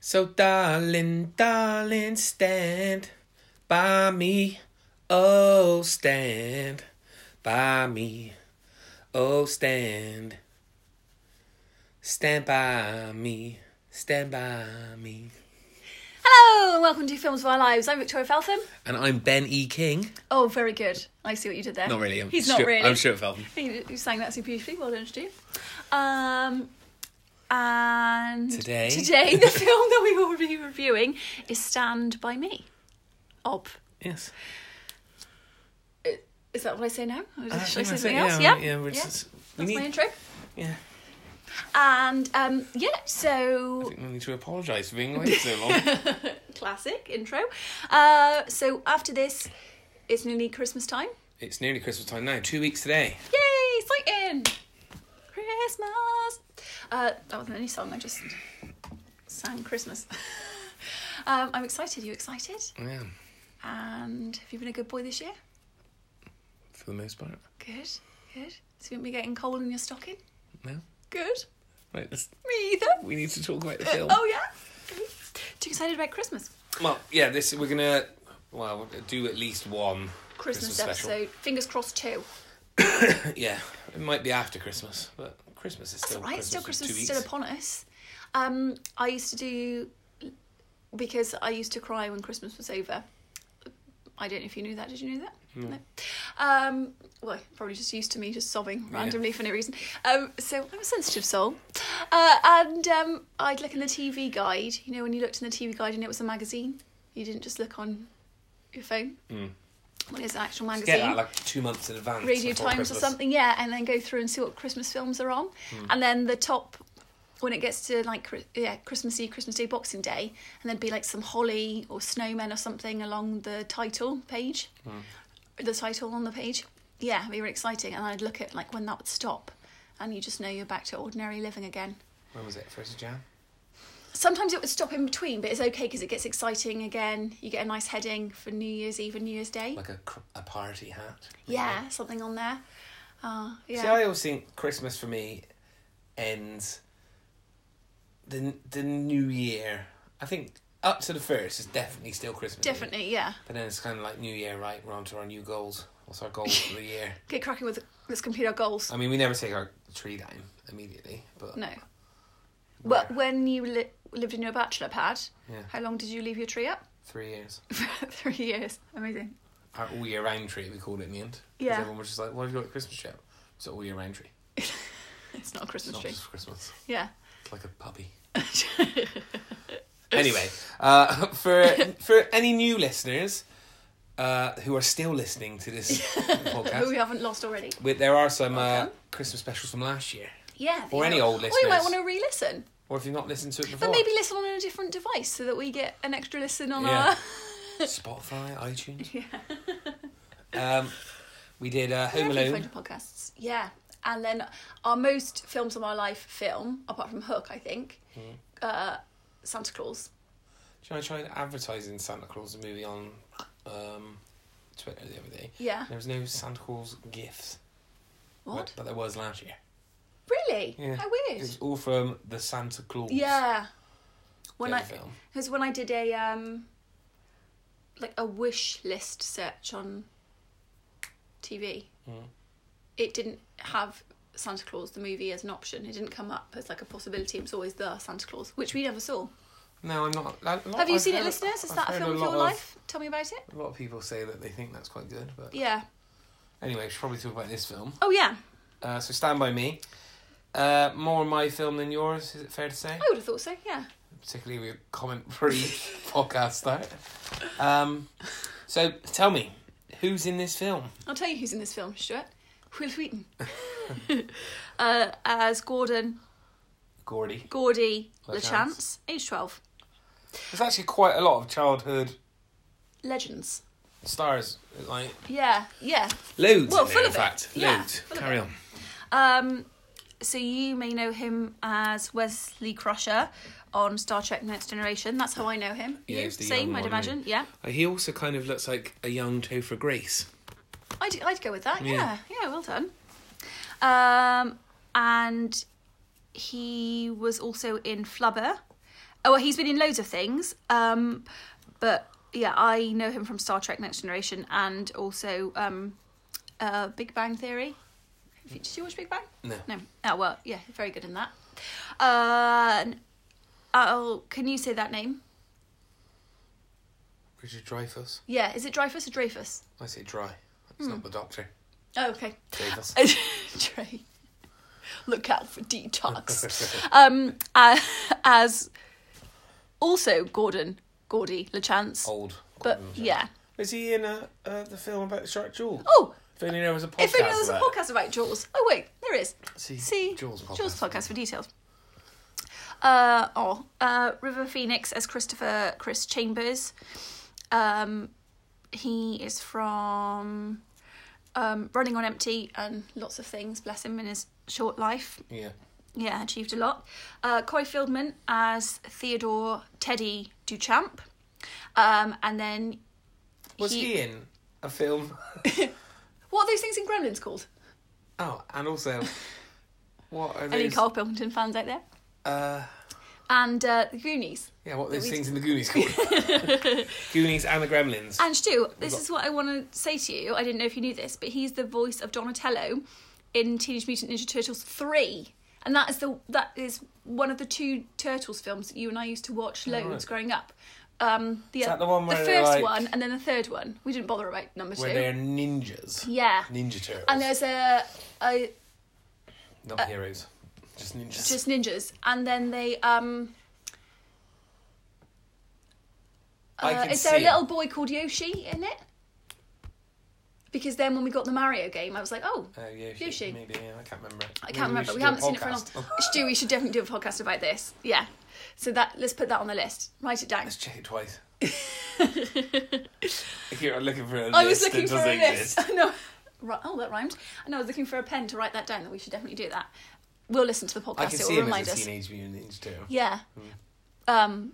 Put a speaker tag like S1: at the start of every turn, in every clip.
S1: So, darling, darling, stand by me. Oh, stand by me. Oh, stand. Stand by me. Stand by me.
S2: Hello and welcome to Films of Our Lives. I'm Victoria Feltham.
S1: And I'm Ben E. King.
S2: Oh, very good. I see what you did there.
S1: Not really. I'm
S2: He's
S1: Stuart,
S2: not really.
S1: I'm Stuart Felton.
S2: You, you sang that so beautifully. Well done, Stu. Um, and
S1: Today-
S2: today the film that we will be reviewing is Stand by Me. Ob. Uh,
S1: Yes.
S2: Is that what I say now?
S1: I
S2: Or Oh, should
S1: think
S2: I say
S1: Uh, that's
S2: something
S1: it.
S2: else?
S1: Yeah,
S2: Yeah.
S1: we- yeah, we're
S2: Yeah.
S1: just- we
S2: That's my
S1: need,
S2: intro.
S1: yeah.
S2: And um, yeah,
S1: I
S2: so
S1: think we need to apologise for being late so long.
S2: classic intro. Uh, so after this, it's nearly Christmas time.
S1: it's nearly Christmas time now. Two weeks today.
S2: Yay, exciting! Christmas! Uh, that wasn't any song, I just sang Christmas. um, I'm excited, you excited?
S1: Yeah.
S2: And have you been a good boy this year?
S1: For the most part.
S2: Good, good. So you won't be getting cold in your stocking?
S1: No.
S2: Good.
S1: Right. Let's,
S2: Me either.
S1: we need to talk about the film.
S2: Oh yeah? Good. Too excited about Christmas.
S1: Well, yeah, this we're gonna well do at least one
S2: Christmas,
S1: special.
S2: episode. Fingers crossed two.
S1: Yeah, it might be after Christmas, but Christmas is still
S2: Right,
S1: Christmas
S2: still
S1: in
S2: Christmas
S1: two
S2: is
S1: weeks.
S2: still upon us. Um, I used to do because I used to cry when Christmas was over. I don't know if you knew that. Did you know that? No. Um, well, probably just used to me just sobbing randomly for no reason. Um, so I'm a sensitive soul, uh, and um, I'd look in the TV guide. You know, when you looked in the TV guide and it was a magazine, you didn't just look on your phone. When it's an actual magazine,
S1: Mm. Get that like two months in advance.
S2: Radio
S1: before
S2: Times
S1: Christmas. Hmm.
S2: or something, yeah, and then go through and see what Christmas films are on. And then the top, when it gets to like, Chri- yeah, Christmas Eve, Christmas Day, Boxing Day, and there'd be like some holly or snowmen or something along the title page,
S1: Hmm.
S2: the title on the page. Yeah, they were exciting. And I'd look at like when that would stop, and you just know you're back to ordinary living again.
S1: When was it? First of Jan.
S2: Sometimes it would stop in between, but it's okay because it gets exciting again. You get a nice heading for New Year's Eve and New Year's Day.
S1: Like a cr- a party hat.
S2: yeah, something on there. Uh, yeah.
S1: See, I always think Christmas for me ends the the new year. I think up to the first is definitely still Christmas. isn't it?
S2: Definitely, yeah.
S1: But then it's kind of like New Year, right? We're on to our new goals. What's our goals for the year?
S2: Get cracking with let's complete our goals.
S1: I mean, we never take our tree down immediately, but
S2: No. Well, when you li- lived in your bachelor pad,
S1: Yeah.
S2: how long did you leave your tree up?
S1: three years.
S2: Three years. Amazing.
S1: Our all year round tree, we called it in the end. 'Cause
S2: Yeah.
S1: Everyone was just like, "What have you got at Christmas yet?" It's an all year round tree.
S2: It's not a
S1: It's
S2: Christmas
S1: not
S2: tree.
S1: just for Christmas.
S2: Yeah.
S1: It's like a puppy. anyway, uh, for for any new listeners uh, who are still listening to this
S2: Who we
S1: podcast,
S2: haven't lost already.
S1: we, there are some uh,
S2: Welcome.
S1: Christmas specials from last year.
S2: Yeah.
S1: Or
S2: yeah.
S1: any old
S2: Or you might
S1: listeners.
S2: want to re-listen,
S1: Or if you've not listened to it before,
S2: but maybe listen on a different device so that we get an extra listen on
S1: Yeah.
S2: our.
S1: Spotify, iTunes. Yeah. um, we did uh, Home
S2: Lovely
S1: Alone.
S2: photo podcasts. Yeah. And then our most films of our life film, apart from Hook, I think,
S1: Mm.
S2: uh, Santa Claus.
S1: Do you know, I tried advertising Santa Claus the movie on um, Twitter the other day.
S2: Yeah.
S1: There was no Santa Claus gifts.
S2: What?
S1: But, but there was last year.
S2: Really?
S1: Yeah.
S2: How
S1: It
S2: weird.
S1: was all from the Santa Claus.
S2: Yeah. When
S1: the
S2: I
S1: other film.
S2: because when I did a um like a wish list search on TV,
S1: Mm.
S2: it didn't have Santa Claus the movie as an option. It didn't come up as like a possibility. It was always the Santa Claus, which we never saw.
S1: No, I'm not. I,
S2: have you
S1: I've
S2: seen it,
S1: heard-
S2: listeners? Is
S1: I've
S2: that a
S1: heard
S2: film of
S1: lot
S2: your life? Tell me about it.
S1: A lot of people say that they think that's quite good. But
S2: Yeah.
S1: anyway, we should probably talk about this film.
S2: Oh yeah.
S1: Uh, so Stand By Me. Uh, more my film than yours, is it fair to say?
S2: I would have thought so. Yeah.
S1: particularly with comment pre podcast start. Um, so tell me, who's in this film?
S2: I'll tell you who's in this film, Stuart. Will Wheaton, uh, as Gordon
S1: Gordy.
S2: Gordy
S1: LeChance.
S2: LeChance, age twelve.
S1: There's actually quite a lot of childhood
S2: Legends.
S1: stars, like
S2: Yeah, yeah.
S1: loads.
S2: Well,
S1: in there,
S2: full
S1: in
S2: of it.
S1: fact,
S2: Yeah,
S1: loads.
S2: full of
S1: Carry
S2: it.
S1: on.
S2: Um, so you may know him as Wesley Crusher on Star Trek: Next Generation. That's how I know him.
S1: Yeah,
S2: you
S1: he's the
S2: same,
S1: young
S2: I'd
S1: one, isn't
S2: imagine. Yeah,
S1: Uh, He also kind of looks like a young Topher Grace.
S2: I'd I'd go with that.
S1: Yeah.
S2: Yeah, yeah, well done. Um, and he was also in Flubber Oh, well, he's been in loads of things. Um, but yeah, I know him from Star Trek: Next Generation and also um, uh, Big Bang Theory. Have you- Did you watch Big Bang?
S1: No.
S2: No. Oh well, yeah, very good in that. Uh, n- oh, can you say that name?
S1: Richard Dreyfus.
S2: Yeah, is it Dreyfus or Dreyfus?
S1: I say dry. It's
S2: Hmm.
S1: not the doctor.
S2: Oh, okay.
S1: Dreyfus.
S2: Dre. Look out for detox. um, uh, as also Gordon, Gordy LeChance.
S1: Old.
S2: but yeah.
S1: Is he in uh, uh, the film about Shark Jewel?
S2: Oh,
S1: If only there was a podcast.
S2: if only there was a
S1: about it.
S2: podcast about Jaws. Oh wait, there is.
S1: See,
S2: See
S1: Jaws podcast.
S2: for details. Uh oh, uh, River Phoenix as Christopher Chris Chambers. Um, he is from um, Running on Empty and lots of things. Bless him in his short life.
S1: Yeah.
S2: Yeah, achieved a lot. Uh, Coy Fieldman as Theodore Teddy Duchamp. Um, and then
S1: Was
S2: He-
S1: he, in a film?
S2: what are those things in Gremlins called?
S1: oh, and also, what are
S2: Any
S1: those?
S2: Carl Pilkington fans out there?
S1: Uh,
S2: And uh, the Goonies.
S1: yeah, what are those
S2: we-
S1: things in the Goonies called? Goonies and the Gremlins.
S2: And Stu, this is what I want to say to you. I didn't know if you knew this, but he's the voice of Donatello in Teenage Mutant Ninja Turtles three, and that is the that is one of the two Turtles films that you and I used to watch loads
S1: Oh, right.
S2: growing up. Um, the,
S1: Is that
S2: oth-
S1: the one where they're
S2: first
S1: like-
S2: one and then the third one. We didn't bother about number
S1: where
S2: two.
S1: they're ninjas.
S2: Yeah,
S1: Ninja Turtles.
S2: and there's a, a
S1: Not heroes. Just ninjas.
S2: uh, just ninjas, and then they um.
S1: I
S2: Uh,
S1: can
S2: is there a
S1: see.
S2: little boy called Yoshi in it? Because then when we got the Mario game, I was like, oh,
S1: Uh, Yoshi,
S2: Yoshi.
S1: Maybe, yeah, I can't remember.
S2: I can't remember. We haven't seen it for a long time. Stu, we should definitely do a podcast about this. Yeah. So that let's put that on the list. Write it down.
S1: Let's check it twice. Here, I'm looking for a list.
S2: I was looking
S1: that
S2: for
S1: doesn't
S2: a list.
S1: exist.
S2: I know. Right. Oh, that rhymed. And I was looking for a pen to write that down. That we should definitely do that. We'll listen to the
S1: I
S2: podcast.
S1: can
S2: It
S1: see
S2: will
S1: him as
S2: remind
S1: a Hmm.
S2: us.
S1: teenage mutant ninja turtle.
S2: Yeah. Um,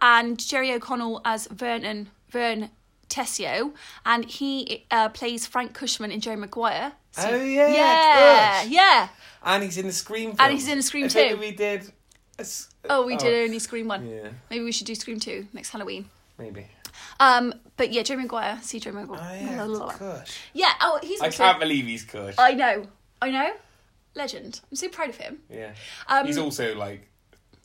S2: and Jerry O'Connell as Vernon Vern Tessio, and he uh, plays Frank Cushman in Joe Maguire.
S1: Oh, yeah,
S2: yeah,
S1: Cush.
S2: yeah.
S1: And he's in the Scream.
S2: And
S1: films.
S2: he's in Scream
S1: I think
S2: too.
S1: We did. a s-
S2: Oh, we did only Scream one.
S1: Yeah,
S2: Maybe we should do Scream two next Halloween.
S1: maybe.
S2: Um, but yeah, Joe Maguire, see Joe Maguire.
S1: Oh
S2: Blah, blah,
S1: yeah,
S2: blah.
S1: Kush.
S2: Yeah, oh, he's.
S1: I
S2: also-
S1: can't believe he's Kush.
S2: I know, I know, legend. I'm so proud of him.
S1: Yeah.
S2: Um,
S1: he's also like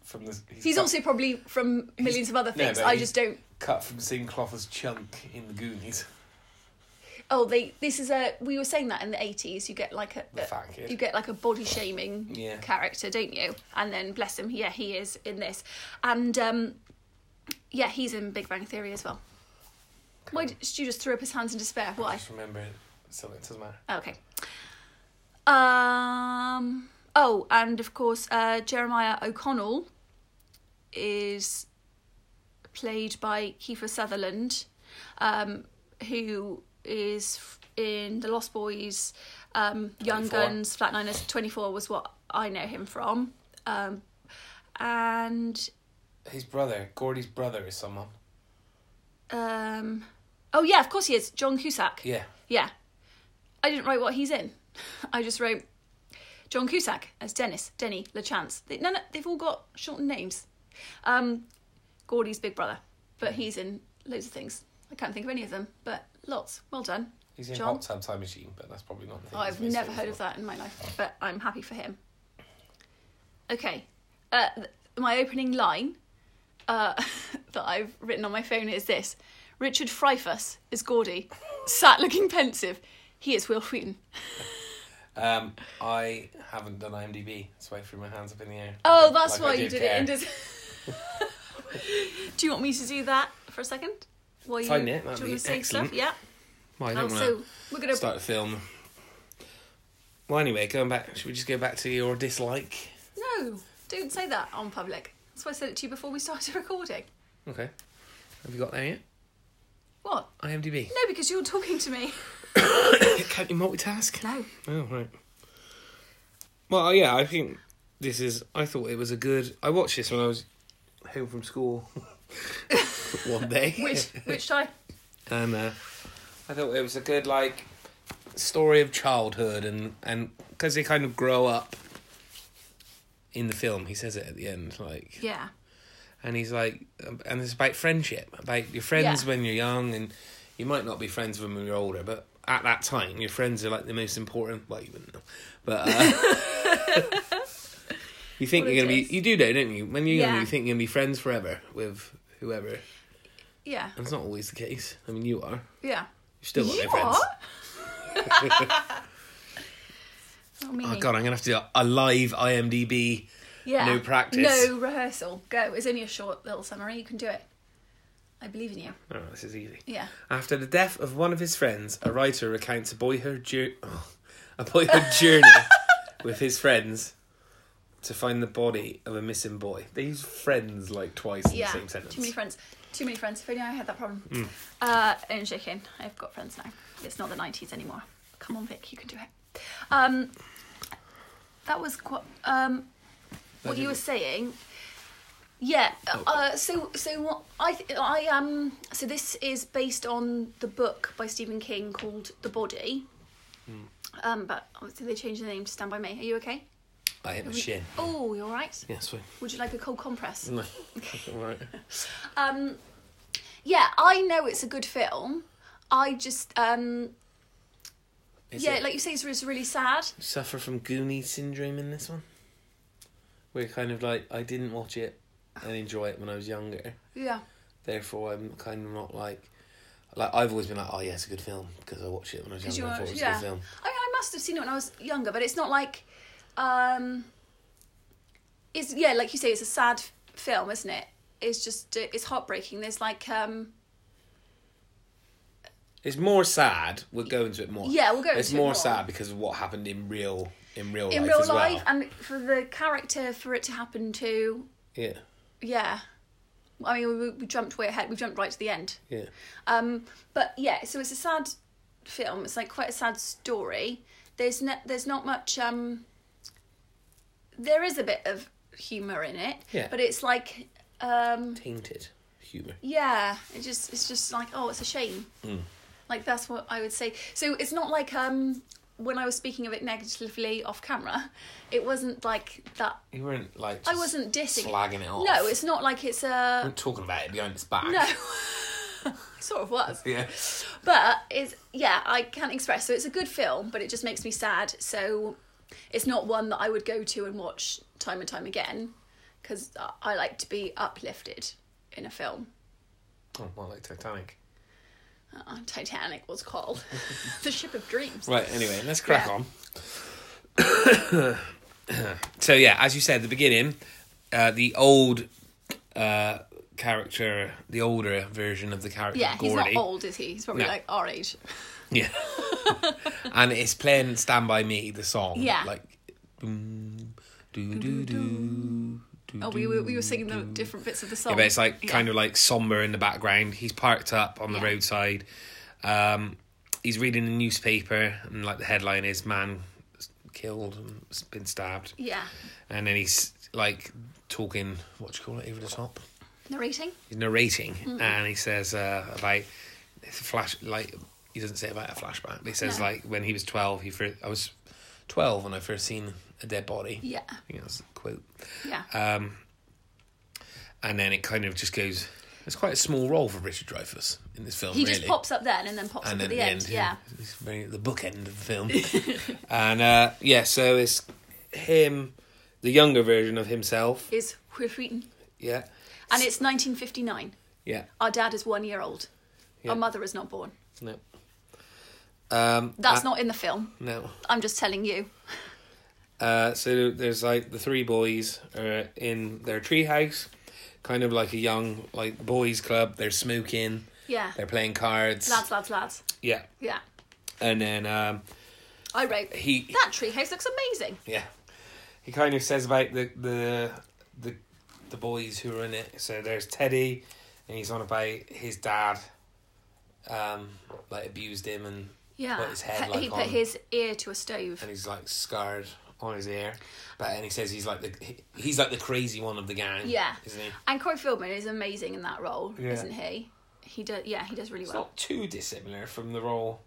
S1: from the. He's,
S2: He's
S1: cut,
S2: also probably from millions of other
S1: No,
S2: things.
S1: but
S2: I
S1: he's-
S2: just don't.
S1: cut from the same cloth as Chunk in the Goonies.
S2: Oh, they. This is a. We were saying that in the 80s. You get like a.
S1: The
S2: a-
S1: fat kid.
S2: you get like a body shaming
S1: Yeah.
S2: character, don't you? And then bless him, yeah, he is in this, and um, yeah, he's in Big Bang Theory as well. Why did Stu just threw up his hands in despair?
S1: I
S2: Why?
S1: just remember it, so it doesn't matter.
S2: Okay. Um. Oh, and of course, uh, Jeremiah O'Connell is played by Kiefer Sutherland, um, who is f- in The Lost Boys, um, Young
S1: 24.
S2: Guns, Flatliners. Twenty Four was what I know him from, um, and
S1: His brother, Gordy's brother, is someone.
S2: um, oh yeah, of course he is John Cusack.
S1: Yeah.
S2: Yeah. I didn't write what he's in. I just wrote John Cusack as Dennis, Denny, LeChance. They, no, no, they've all got shortened names. Um, Gordy's big brother, but he's in loads of things. I can't think of any of them, but lots. Well done.
S1: He's in
S2: John? Oh,
S1: Hot Tub Time Machine, but that's probably not the thing.
S2: I've never heard of that in my life, but I'm happy for him. Okay, uh, th- my opening line uh, that I've written on my phone is this: Richard Fryfuss is Gordy, sat looking pensive. He is Will Wheaton.
S1: Um, I haven't done IMDb. That's why I threw my hands up in the air.
S2: Oh, that's
S1: Like I
S2: why you did it.
S1: care.
S2: In des- do you want me to do that for a second? While you,
S1: Find it,
S2: do you
S1: that'd
S2: want
S1: be
S2: to say
S1: excellent.
S2: stuff? Yeah.
S1: Well, I
S2: Oh,
S1: don't
S2: so
S1: want
S2: we're
S1: to
S2: gonna.
S1: start the film. Well, anyway, going back, should we just go back to your dislike?
S2: No, don't say that on public. That's why I said it to you before we started recording.
S1: Okay. Have you got there yet?
S2: What?
S1: IMDb.
S2: No, because you're talking to me.
S1: Can't you multitask?
S2: No.
S1: Oh right. Well, yeah, I think this is. I thought it was a good. I watched this when I was home from school one day,
S2: Which which time?
S1: and uh, I thought it was a good like story of childhood and and because they kind of grow up in the film. He says it at the end, like
S2: Yeah.
S1: and he's like, and it's about friendship, about your friends
S2: Yeah.
S1: when you're young, and you might not be friends with them when you're older, but at that time, your friends are like the most important. Well, you wouldn't know, but uh, you think
S2: Well,
S1: you're
S2: it
S1: gonna
S2: is.
S1: be, you do know, don't you? When you're young,
S2: Yeah.
S1: you think you're gonna be friends forever with whoever, and
S2: Yeah.
S1: it's not always the case. I mean, you are.
S2: Yeah.
S1: You still got
S2: you
S1: no friends.
S2: are? oh, me.
S1: Oh god, I'm gonna have to do a live IMDb.
S2: Yeah.
S1: no practice.
S2: No rehearsal. Go. It's only a short little summary. You can do it. I believe in you.
S1: Oh, this is easy.
S2: Yeah.
S1: After the death of one of his friends, a writer recounts a boyhood jour- oh, a boyhood journey with his friends to find the body of a missing boy. They use friends like twice in
S2: Yeah.
S1: the same sentence. Hmm.
S2: Too many friends. Too many friends. If only I had that problem. Uh, and shaking. I've got friends now. It's not the 90s anymore. Come on, Vic. You can do it. Um, that was quite. Um, what you were saying. Yeah.
S1: Oh,
S2: Uh, so so what I th- I um so this is based on the book by Stephen King called The Body.
S1: Hmm.
S2: Um, but obviously they changed the name to Stand by Me. Are you okay?
S1: I hit my shin.
S2: Oh, you're all right.
S1: Yeah, sweet.
S2: Would you like a cold compress?
S1: right.
S2: Um, yeah, I know it's a good film. I just um
S1: Is
S2: yeah,
S1: it-
S2: like you say, it's, it's really sad.
S1: suffer from Goonie syndrome in this one. We're kind of like I didn't watch it and enjoy it when I was younger.
S2: Yeah.
S1: Therefore, I'm kind of not like like I've always been like, oh yeah, it's a good film because I watched it when I was
S2: 'Cause
S1: younger. and
S2: you
S1: thought it
S2: were-
S1: was a
S2: yeah.
S1: good film.
S2: I mean, I must have seen it when I was younger, but it's not like, um, it's yeah, like you say, it's a sad f- film, isn't it? It's just uh, it's heartbreaking. There's like, um,
S1: It's more sad. We'll go into it more.
S2: Yeah, we'll go
S1: It's
S2: into it
S1: more,
S2: more.
S1: sad because of what happened in real in real
S2: in
S1: life
S2: real
S1: as
S2: life,
S1: well.
S2: and for the character for it to happen to,
S1: Yeah,
S2: yeah. I mean, we, we jumped way ahead. We jumped right to the end.
S1: yeah.
S2: Um, but yeah, so it's a sad film. It's like quite a sad story. There's no, there's not much. Um, there is a bit of humor in it,
S1: Yeah.
S2: but it's like, um,
S1: Tainted humor.
S2: yeah, it just it's just like oh, it's a shame.
S1: Hmm.
S2: Like that's what I would say. So it's not like um, when I was speaking of it negatively off camera, it wasn't like that.
S1: You weren't like.
S2: I
S1: just
S2: wasn't dissing.
S1: slagging it off.
S2: No, it's not like it's a
S1: I'm talking about it behind its back.
S2: no. It sort of was.
S1: Yeah.
S2: but it's yeah i can't express so it's a good film but it just makes me sad so it's not one that i would go to and watch time and time again because i like to be uplifted in a film
S1: Oh, more like Titanic.
S2: uh, titanic was called the ship of dreams
S1: Right. Anyway, let's crack
S2: Yeah.
S1: on. so yeah, as you said at the beginning, uh, the old uh, character, the older version of the character,
S2: yeah he's
S1: Gordy.
S2: not old is he he's probably
S1: No.
S2: like our age
S1: Yeah. and it's playing Stand By Me, the song.
S2: Yeah.
S1: Like, boom, do, do, do. do,
S2: oh we were,
S1: do,
S2: we were singing the
S1: do.
S2: different bits of the song
S1: Yeah, but it's like kind of like somber in the background. He's parked up on the
S2: Yeah.
S1: roadside. Um, he's reading a newspaper, and like the headline is "Man killed and s- been stabbed,"
S2: yeah
S1: and then he's like talking. What do you call it over the top?
S2: narrating
S1: He's narrating,
S2: Hmm.
S1: and he says uh, about it's a flash. Like he doesn't say about a flashback. But he says
S2: No.
S1: like when he was twelve, he first, I was twelve when I first seen a dead body.
S2: yeah
S1: I think that's the quote.
S2: yeah
S1: Um, and then it kind of just goes. It's quite a small role for Richard Dreyfuss in this film.
S2: he
S1: really.
S2: just pops up then and then pops
S1: and
S2: up
S1: then
S2: at the end, yeah
S1: he's very at the book end of the film. and uh, yeah, so it's him, the younger version of himself.
S2: is Whiff Wheaton
S1: Yeah,
S2: and it's 1959
S1: yeah,
S2: Our dad is one year old.
S1: Yeah.
S2: Our mother is not born.
S1: no. Um,
S2: That's
S1: uh,
S2: not in the film.
S1: no.
S2: I'm just telling you.
S1: Uh, so there's like the three boys are in their treehouse, kind of like a young like boys club. They're smoking.
S2: Yeah.
S1: They're playing cards.
S2: Lads, lads, lads.
S1: Yeah,
S2: Yeah.
S1: and then um,
S2: I wrote
S1: he
S2: that treehouse looks amazing.
S1: yeah he kind of says about the the the the boys who are in it so there's teddy and he's on about his dad um like abused him and
S2: Yeah.
S1: Put his head,
S2: he
S1: like,
S2: put
S1: on-
S2: his ear to a stove.
S1: and he's like scarred on his ear but and he says he's like the he- he's like the crazy one of the gang
S2: Yeah.
S1: isn't he
S2: And Corey Feldman is amazing in that role,
S1: Yeah.
S2: isn't he? He does. Yeah, he does really
S1: it's
S2: well.
S1: not too dissimilar from the role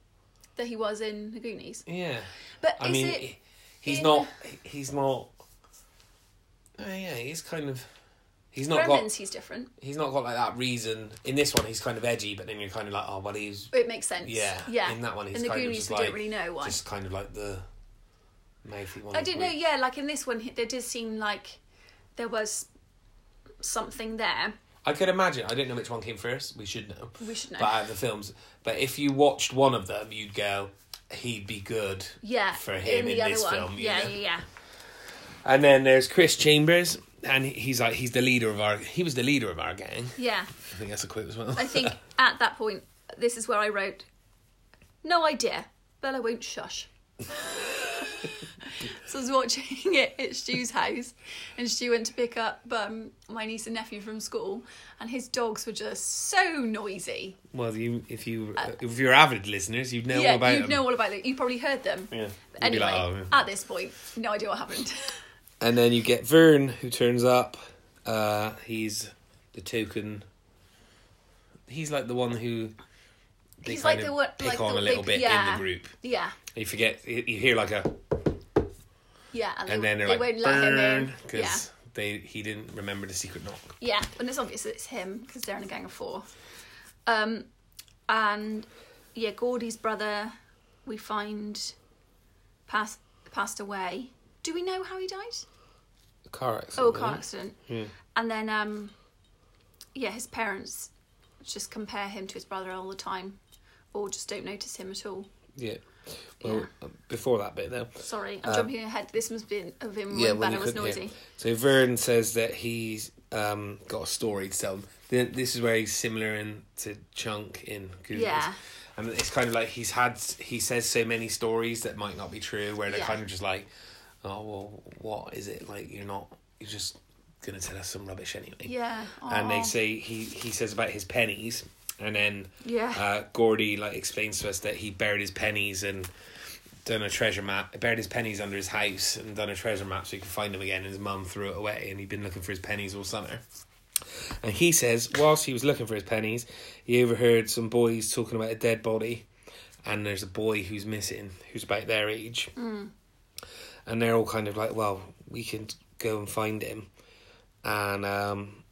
S2: That he was in The Goonies.
S1: yeah
S2: But
S1: i
S2: is
S1: mean
S2: it?
S1: he- he's
S2: in-
S1: not he's not oh yeah he's kind of He's not
S2: Gremlins,
S1: got.
S2: he's different.
S1: He's not got like that reason. In this one, he's kind of edgy, but then you're kind of like, oh, well, he's
S2: It makes sense.
S1: yeah,
S2: Yeah.
S1: In that one, he's
S2: in the
S1: kind of
S2: Goonies,
S1: just
S2: we
S1: like
S2: don't really know why.
S1: just kind of like the mouthy one.
S2: I
S1: of
S2: don't know.
S1: the
S2: Yeah, like in this one, he- there did seem like there was something there.
S1: I could imagine. I don't know which one came first. We should know.
S2: We should know.
S1: But out of the films, but if you watched one of them, you'd go, he'd be good.
S2: Yeah,
S1: For him in this film, you
S2: yeah,
S1: know.
S2: yeah, yeah.
S1: And then there's Chris Chambers, and he's like he's the leader of our. He was the leader of our gang.
S2: Yeah,
S1: I think that's a quote as well.
S2: I think at that point, this is where I wrote, "No idea, Bella won't shush." so I was watching it at Stu's house, and Stu went to pick up um, my niece and nephew from school, and his dogs were just so noisy.
S1: well, you if you if you're avid listeners, you'd know
S2: Uh, yeah,
S1: all about
S2: you'd
S1: them.
S2: know all about it. You probably heard them.
S1: Yeah.
S2: But
S1: You'd be
S2: anyway,
S1: like, "Oh,
S2: at this point, no idea what happened.
S1: And then you get Vern, who turns up. Uh, he's the token. He's like the one who. They
S2: He's
S1: kind
S2: like
S1: of
S2: the one-
S1: pick
S2: like the
S1: on a little
S2: big-
S1: bit in
S2: yeah.
S1: the group.
S2: yeah,
S1: You forget. You you hear like a,
S2: yeah, and,
S1: and
S2: they,
S1: then they're
S2: they
S1: like
S2: won't let him
S1: Vern
S2: in.
S1: because
S2: Yeah,
S1: they he didn't remember the secret knock.
S2: yeah, and it's obvious it's him because they're in a gang of four. Um, and yeah, Gordy's brother, we find passed passed away. Do we know how he died?
S1: Car accident.
S2: Oh, a car accident. And then, um, yeah, his parents just compare him to his brother all the time, or just don't notice him at all.
S1: Yeah. Well, uh, before that bit though.
S2: Sorry, I'm jumping ahead. This must have been of him
S1: Uh, Yeah,
S2: when
S1: well, you
S2: Bella was
S1: couldn't hear.
S2: noisy.
S1: So Vern says that he's um, got a story to tell. Th- This is where he's similar in to Chunk in Goonies.
S2: Yeah.
S1: And it's kind of like he's had, he says so many stories that might not be true, where they're
S2: Yeah.
S1: kind of just like, oh, well, what is it? Like, you're not, you're just going to tell us some rubbish anyway.
S2: Yeah.
S1: And they
S2: aw.
S1: say, he, he says about his pennies. And then
S2: Yeah.
S1: uh, Gordy like explains to us that he buried his pennies and done a treasure map, buried his pennies under his house and done a treasure map so he could find them again. And his mum threw it away, and he'd been looking for his pennies all summer. And he says, whilst he was looking for his pennies, he overheard some boys talking about a dead body, and there's a boy who's missing, who's about their age,
S2: Mm.
S1: and they're all kind of like, well, we can go and find him, and um,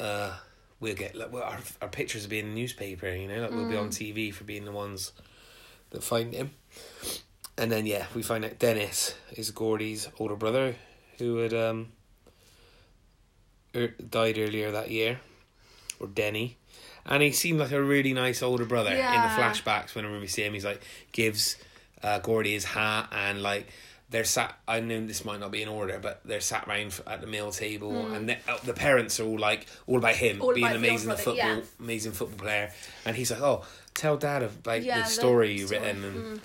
S1: uh, we'll get like well, our our pictures will be in the newspaper, you know, like we'll be on TV for being the ones that find him. And then yeah, we find out Dennis is Gordy's older brother who had um er, died earlier that year, or Denny, and he seemed like a really nice older brother
S2: Yeah.
S1: in the flashbacks. Whenever we see him, he's like gives uh, Gordy his hat and like. They're sat. I know this might not be in order, but they're sat round f- at the meal table, and the, uh, the parents are all like, all about him
S2: All
S1: being
S2: about the
S1: amazing at
S2: older
S1: football,
S2: brother, yeah.
S1: amazing football player, and he's like, "Oh, tell dad of like
S2: Yeah,
S1: the
S2: the
S1: story you
S2: story. Mm.
S1: written," and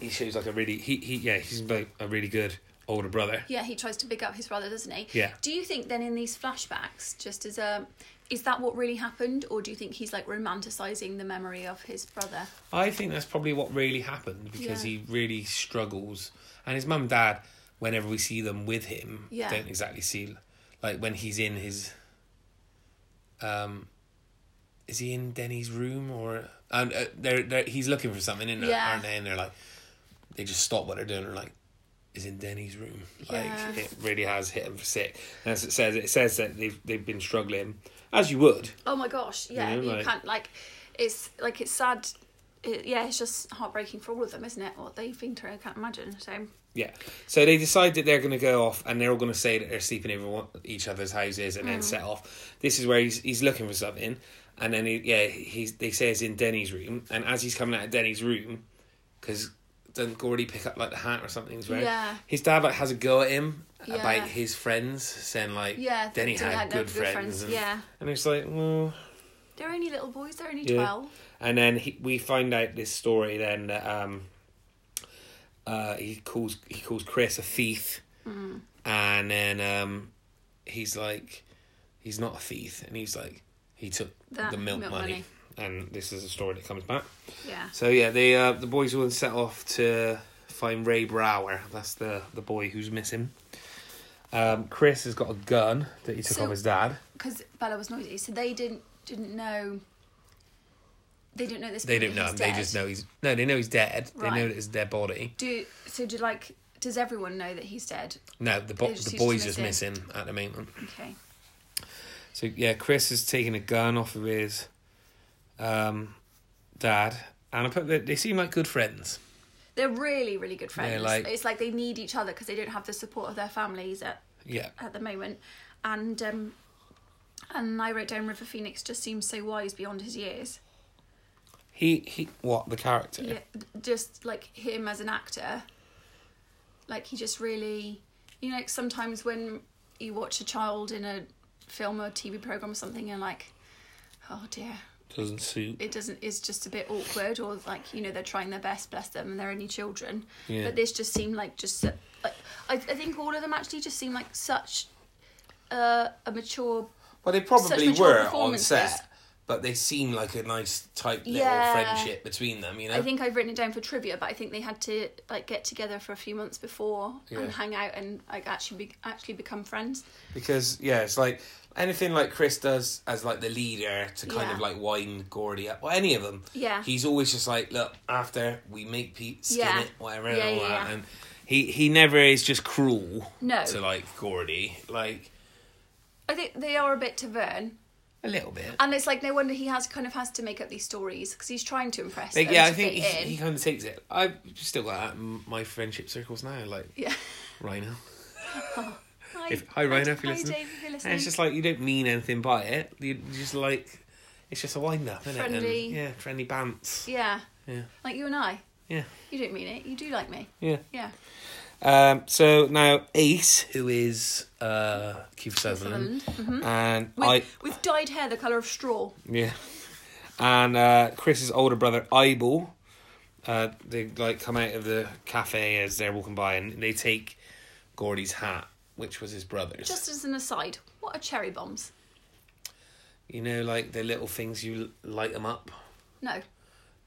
S1: he shows like a really he he yeah he's like a really good older brother.
S2: Yeah, he tries to big up his brother, doesn't he?
S1: Yeah.
S2: Do you think then in these flashbacks, just as a, is that what really happened, or do you think he's like romanticizing the memory of his brother?
S1: I think that's probably what really happened because
S2: Yeah.
S1: he really struggles, and his mum and dad, whenever we see them with him,
S2: Yeah.
S1: don't exactly see like when he's in his. Um, is he in Denny's room or and uh, they're, they're he's looking for something, isn't
S2: Yeah.
S1: aren't they? And they're like, they just stop what they're doing. They're like, is in Denny's room. Like
S2: Yeah.
S1: it really has hit him for sick. And as it says, it says that they've they've been struggling, as you would.
S2: Oh my gosh! Yeah,
S1: know,
S2: you
S1: like-
S2: can't like, it's like it's sad. It, yeah, it's just heartbreaking for all of them, isn't it? What they've been through, I can't imagine. So
S1: Yeah. So they decide that they're going to go off and they're all going to say that they're sleeping in everyone- each other's houses and
S2: Mm.
S1: then set off. This is where he's, he's looking for something. And then, he, yeah, he's, they say it's in Denny's room. And as he's coming out of Denny's room, because doesn't Gordy pick up like the hat or something he's wearing?
S2: Yeah.
S1: His dad like has a go at him
S2: Yeah.
S1: about his friends, saying like,
S2: yeah,
S1: Denny
S2: so they
S1: had,
S2: had no
S1: good, friends. and,
S2: Yeah,
S1: And it's like, well,
S2: they're only little boys. They're only
S1: Yeah.
S2: twelve.
S1: and then he, we find out this story then that um, uh, he calls he calls Chris a thief,
S2: Mm-hmm.
S1: and then um, he's like, he's not a thief, and he's like, he took
S2: That
S1: the milk,
S2: milk
S1: money. and this is a story that comes back.
S2: Yeah.
S1: So yeah, they uh, the boys will set off to find Ray Brower. That's the the boy who's missing. Um, Chris has got a gun that he took
S2: So-
S1: off his dad.
S2: because Bella was noisy, so they didn't didn't know. They didn't know this.
S1: They
S2: bit
S1: don't
S2: that
S1: know
S2: he's
S1: him. They
S2: dead.
S1: just know he's no. They know he's dead. They
S2: Right.
S1: know that it's a dead body.
S2: Do so. Do like Does everyone know that he's dead?
S1: No, the, bo-
S2: He's-
S1: the
S2: he's
S1: boy's
S2: just
S1: just missing at the moment.
S2: Okay.
S1: So yeah, Chris has taken a gun off of his um, dad, and I put that they seem like good friends.
S2: They're really, really good friends.
S1: like-
S2: it's like they need each other because they don't have the support of their families at,
S1: Yeah,
S2: at the moment. And um, and I wrote down River Phoenix just seems so wise beyond his years.
S1: he he. What the character?
S2: Yeah, just like him as an actor, like he just really, you know, like sometimes when you watch a child in a film or TV program or something, and like, oh dear,
S1: doesn't suit.
S2: it doesn't is just a bit awkward or like you know they're trying their best bless them and they're only children
S1: Yeah.
S2: but this just seemed like just su- like, I, I think all of them actually just seem like such uh, a mature
S1: Well, they
S2: Such
S1: probably
S2: mature
S1: were on
S2: performances.
S1: set, but they seem like a nice tight little
S2: Yeah.
S1: friendship between them. You know,
S2: I think I've written it down for trivia, but I think they had to like get together for a few months before
S1: Yeah.
S2: and hang out and like actually be, actually become friends.
S1: because yeah, it's like anything like Chris does as like the leader to kind
S2: Yeah.
S1: of like wind Gordy up, or any of them.
S2: Yeah.
S1: he's always just like, look, after we make Pete skin
S2: Yeah.
S1: it, whatever,
S2: Yeah,
S1: and all
S2: yeah,
S1: that,
S2: yeah.
S1: and he he never is just cruel.
S2: No.
S1: to like Gordy, like
S2: I think they are a bit tavern,
S1: a little bit.
S2: and it's like no wonder he has kind of has to make up these stories because he's trying to impress.
S1: Like,
S2: them
S1: yeah,
S2: to
S1: I think
S2: fit
S1: he,
S2: in.
S1: he kind of takes it. I've still got that in my friendship circles now, like
S2: yeah.
S1: Rhino.
S2: Hi,
S1: If, hi, Rhino, if you
S2: hi,
S1: listen.
S2: Dave, if you're
S1: And it's
S2: listening.
S1: just like you don't mean anything by it. You you just like it's just a wind up, isn't it?
S2: Friendly.
S1: And, yeah, friendly bants.
S2: Yeah.
S1: Yeah.
S2: Like you and I.
S1: Yeah.
S2: You don't mean it. You do like me.
S1: Yeah.
S2: Yeah.
S1: Um, so now Ace, who is uh, Keith Sutherland,
S2: Sutherland, mm-hmm.
S1: and
S2: With,
S1: I,
S2: with dyed hair the colour of straw.
S1: yeah, and uh, Chris's older brother Eyeball, uh, they like come out of the cafe as they're walking by, and they take Gordy's hat, which was his brother's.
S2: Just as an aside, what are cherry bombs?
S1: you know, like the little things you l- light them up,
S2: No.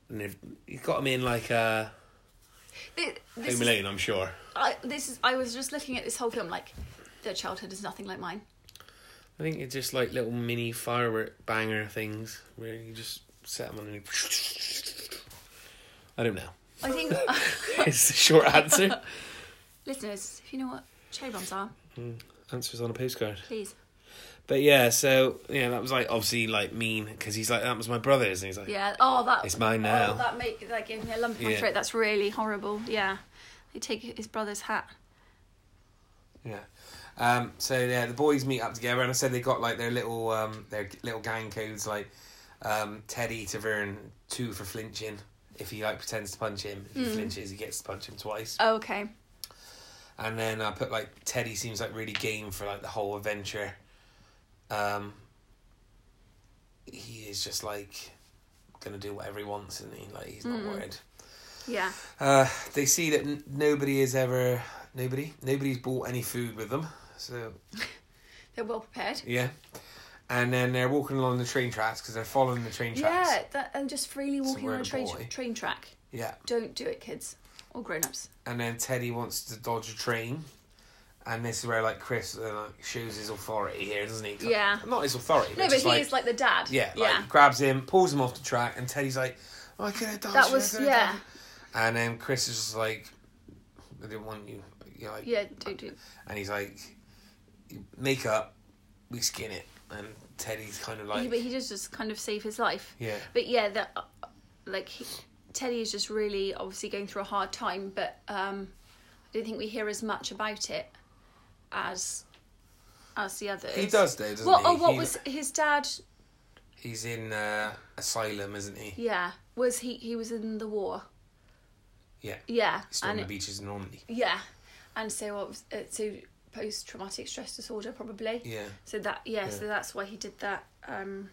S1: and they've you got them in like uh,
S2: Thi- This
S1: Home
S2: is,
S1: Alone, I'm sure.
S2: I, this is. I was just looking at this whole film like, their childhood is nothing like mine.
S1: I think it's just like little mini firework banger things where you just set them on and. you- I don't know.
S2: I think,
S1: It's the short answer.
S2: listeners, if you know what cherry bombs are,
S1: Answers on a postcard.
S2: please.
S1: But yeah, so yeah, that was like obviously like mean because he's like that was my brother's and he's like
S2: Yeah. Oh, that.
S1: It's mine now.
S2: Oh, that make that gave me a lump in my
S1: Yeah.
S2: throat. That's really horrible. Yeah. They take his brother's hat.
S1: yeah. Um, so yeah, the boys meet up together and I said they got like their little um their little gang codes like um Teddy Tavern two for flinching. If he like pretends to punch him, if he flinches, he gets to punch him twice.
S2: Oh, okay.
S1: And then I put like Teddy seems like really game for like the whole adventure. Um, he is just like gonna do whatever he wants, and he like he's not
S2: Mm-hmm.
S1: worried.
S2: Yeah.
S1: Uh, they see that n- nobody has ever nobody nobody's bought any food with them, so
S2: They're well prepared.
S1: yeah. And then they're walking along the train tracks because they're following the train tracks.
S2: Yeah, that, and just freely walking
S1: we're
S2: on a
S1: the
S2: train,
S1: boy.
S2: train track.
S1: Yeah.
S2: Don't do it, kids or grown ups.
S1: And then Teddy wants to dodge a train. And this is where like Chris uh, like, shows his authority here, doesn't he?
S2: Yeah.
S1: Not his authority.
S2: No, but
S1: just,
S2: he is like the dad.
S1: Yeah, like
S2: yeah.
S1: grabs him, pulls him off the track, and Teddy's like, oh, "I could have done
S2: That was yeah,
S1: And then Chris is just like, "I didn't want you." you know, like,
S2: yeah. Don't do.
S1: And he's like, "Make up, we skin it." And Teddy's kind of
S2: he,
S1: like,
S2: but he does just kind of save his life.
S1: Yeah.
S2: But yeah, that like he, Teddy is just really obviously going through a hard time, but um, I don't think we hear as much about it as as the others.
S1: "He does though, doesn't
S2: Well,
S1: he?"
S2: oh, what
S1: He-
S2: was his dad?
S1: He's in uh, asylum, isn't he?
S2: Yeah, was he? He was in the war.
S1: Yeah.
S2: Yeah,
S1: He's still on
S2: and
S1: the
S2: it-
S1: beaches in Normandy.
S2: Yeah, and so obv- uh, so post traumatic stress disorder probably.
S1: Yeah.
S2: So that yeah, so
S1: Yeah.
S2: that's why he did that. Um,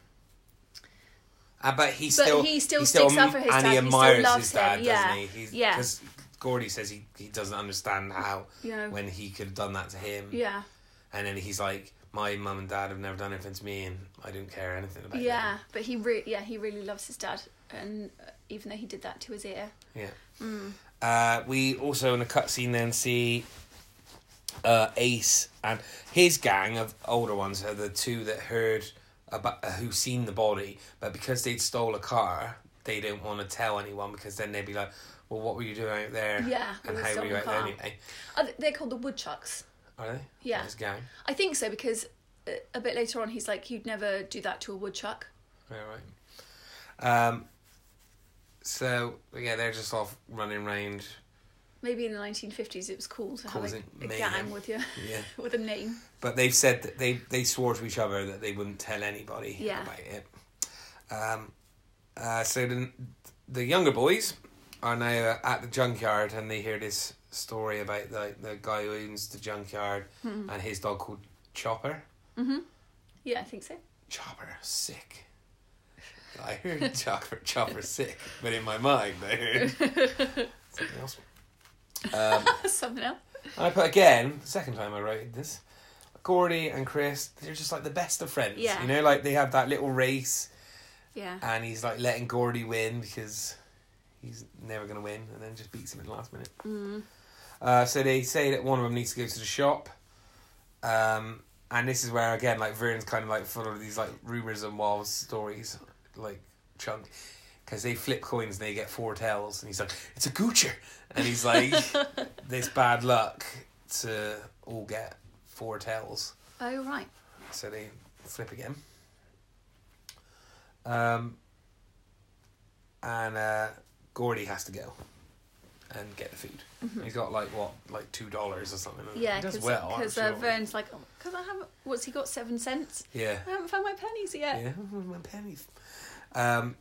S1: Uh, but he
S2: But
S1: still,
S2: he still sticks up for his
S1: and
S2: dad,
S1: he
S2: he still
S1: admires
S2: loves
S1: his
S2: him,
S1: dad,
S2: yeah,
S1: doesn't he? He's,
S2: yeah.
S1: Because Gordy says he, he doesn't understand how
S2: Yeah.
S1: when he could have done that to him.
S2: yeah,
S1: And then he's like, "My mum and dad have never done anything to me, and I don't care anything about
S2: yeah,
S1: them."
S2: but he re- yeah he really loves his dad, and uh, even though he did that to his ear,
S1: Yeah.
S2: Mm.
S1: Uh, we also in the cutscene then see uh, Ace and his gang of older ones are the two that heard about uh, who seen the body, but because they'd stole a car, they don't want to tell anyone because then they'd be like, well, what were you doing out there?
S2: Yeah,
S1: And
S2: with
S1: how were
S2: someone
S1: you out there
S2: car.
S1: anyway?
S2: Are they- Oh, They're called the woodchucks.
S1: Are they?
S2: Yeah.
S1: This gang.
S2: I think so because uh, a bit later on he's like, you'd never do that to a woodchuck.
S1: All right. Um. So yeah, they're just off running round.
S2: Maybe in the 1950s it was cool to have
S1: Causing
S2: a, a
S1: mayhem.
S2: gang with you,
S1: Yeah.
S2: with a name.
S1: But they've said that they they swore to each other that they wouldn't tell anybody
S2: Yeah.
S1: about it. Um, uh, so the the younger boys are now at the junkyard and they hear this story about the the guy who owns the junkyard and his dog called Chopper.
S2: Yeah, I think so.
S1: Chopper sick. I heard Chopper Chopper sick, but in my mind I heard something else. Um,
S2: Something else.
S1: and I put again, second time I wrote this, Gordy and Chris, they're just like the best of friends.
S2: Yeah.
S1: You know, like they have that little race
S2: Yeah.
S1: and he's like letting Gordy win because he's never going to win and then just beats him at the last minute.
S2: Mm.
S1: Uh, so they say that one of them needs to go to the shop. Um, and this is where, again, like Vernon's kind of like full of these like rumours and wild stories, like chunk. Because they flip coins and they get four tails, and he's like, "It's a goocher," and he's like, "This bad luck to all get four tails."
S2: Oh, right.
S1: So they flip again. Um, and uh, Gordy has to go and get the food. He's got like what, like two dollars or something. and
S2: Mm-hmm. Yeah,
S1: he does
S2: because
S1: well. I'm
S2: uh,
S1: sure.
S2: Vern's like, oh, because I haven't, what's he got, seven cents?
S1: Yeah,
S2: I haven't found my pennies yet.
S1: yeah, my pennies. Um,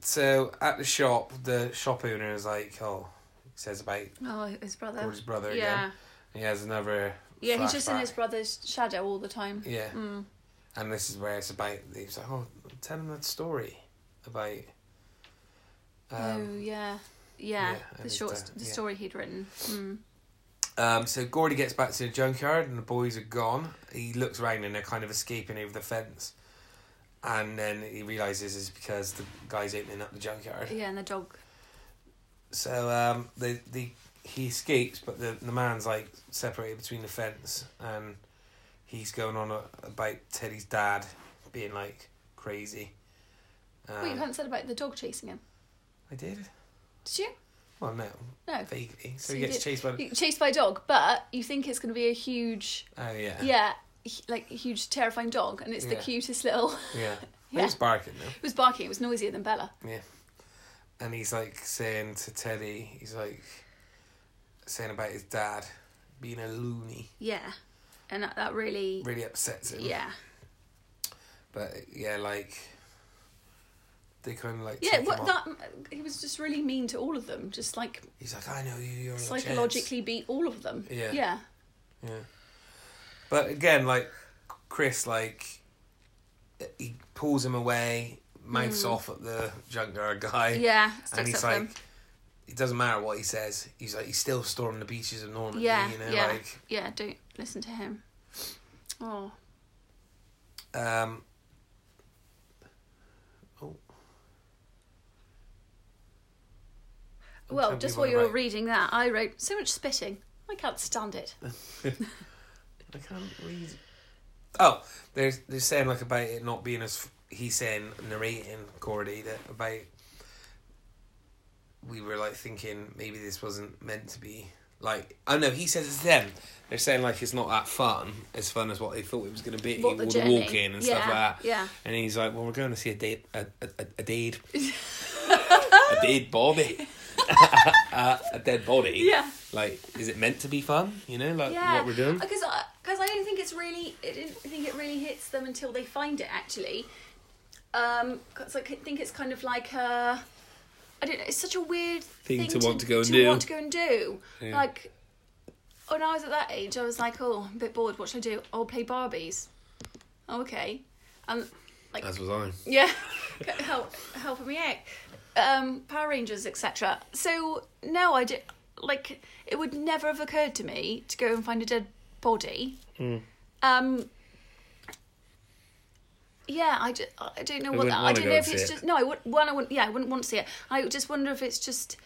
S1: so at the shop, the shop owner is like, oh, he says about
S2: Oh, his brother.
S1: Gordy's brother
S2: yeah.
S1: again. He has another.
S2: Yeah, he's just in
S1: flashback.
S2: his brother's shadow all the time.
S1: Yeah.
S2: Mm.
S1: And this is where it's about. He's like, "Oh, tell him that story about."
S2: oh,
S1: Um,
S2: yeah.
S1: yeah,
S2: Yeah,
S1: and
S2: the
S1: his
S2: short,
S1: dad,
S2: the
S1: yeah.
S2: story he'd written. Mm.
S1: um, so Gordy gets back to the junkyard, and the boys are gone. He looks around, and they're kind of escaping over the fence. And then he realizes it's because the guy's opening up the junkyard.
S2: Yeah, and the dog.
S1: So um, the the he escapes, but the the man's like separated between the fence, and he's going on a, about Teddy's dad being like crazy. Um,
S2: Wait, Oh, you haven't said about the dog chasing him,
S1: I did.
S2: did you?
S1: Well, no,
S2: No.
S1: Vaguely. So,
S2: So
S1: he
S2: you
S1: gets
S2: did-
S1: chased by. The...
S2: You- Chased by a dog, but you think it's going to be a huge,
S1: Oh yeah.
S2: yeah, h- like huge, terrifying dog, and it's the
S1: Yeah.
S2: cutest little.
S1: Yeah.
S2: Yeah.
S1: He was barking though,
S2: It was barking. It was noisier than Bella.
S1: and he's like saying to Teddy, he's like saying about his dad being a loony.
S2: Yeah, and that, that really,
S1: Really upsets him.
S2: yeah,
S1: But yeah, like they kind of like
S2: yeah.
S1: take him
S2: What
S1: on.
S2: that he was just really mean to all of them. Just like
S1: He's like, I know you. You're not Jez."
S2: psychologically beat all of them.
S1: Yeah.
S2: yeah,
S1: Yeah. But again, like Chris, like he pulls him away, mouths off at the junkyard guy.
S2: Mm. yeah.
S1: and
S2: Sticks
S1: he's
S2: up
S1: like,
S2: for them.
S1: it doesn't matter what he says. He's like, he's still storming the beaches of Normandy.
S2: yeah,
S1: you know,
S2: yeah,
S1: like
S2: yeah. Don't listen to him. Oh,
S1: um. Oh.
S2: well,
S1: Tell me
S2: just
S1: what
S2: while you were
S1: about-
S2: reading that, I wrote so much spitting. I can't stand it.
S1: I can't read. Oh, they're they're saying like about it not being as f- he's saying narrating Cordy that about we were like thinking maybe this wasn't meant to be like oh no he says it's them they're saying like it's not that fun as fun as what they thought it was going to be
S2: What
S1: all
S2: the
S1: the
S2: journey?
S1: walking and stuff like
S2: Yeah,
S1: that
S2: yeah.
S1: and he's like well we're going to see a date a a, a, a dead a dead body uh, a dead body
S2: Yeah.
S1: like is it meant to be fun you know like
S2: yeah,
S1: what we're doing
S2: Because I, cause I don't think it's really, I didn't think it really hits them until they find it actually. Um, 'cause I could think it's kind of like a, I don't know, it's such a weird
S1: Thing
S2: thing,
S1: to want to go and do.
S2: want to go and do.
S1: Yeah.
S2: Like, when I was at that age, I was like, oh, I'm a bit bored. What should I do? I'll play Barbies. Oh, okay, and like
S1: as was I
S2: yeah, help helping me out. Um, Power Rangers, etc. So no, I did like it would never have occurred to me to go and find a dead body.
S1: Hmm.
S2: Um. Yeah, I, d- I don't know
S1: I
S2: what
S1: wouldn't
S2: that. I
S1: wanna
S2: don't
S1: go
S2: know
S1: and
S2: if
S1: see
S2: it's
S1: it.
S2: just no. I would one. I wouldn't. Yeah, I wouldn't want to see it. I just wonder if it's just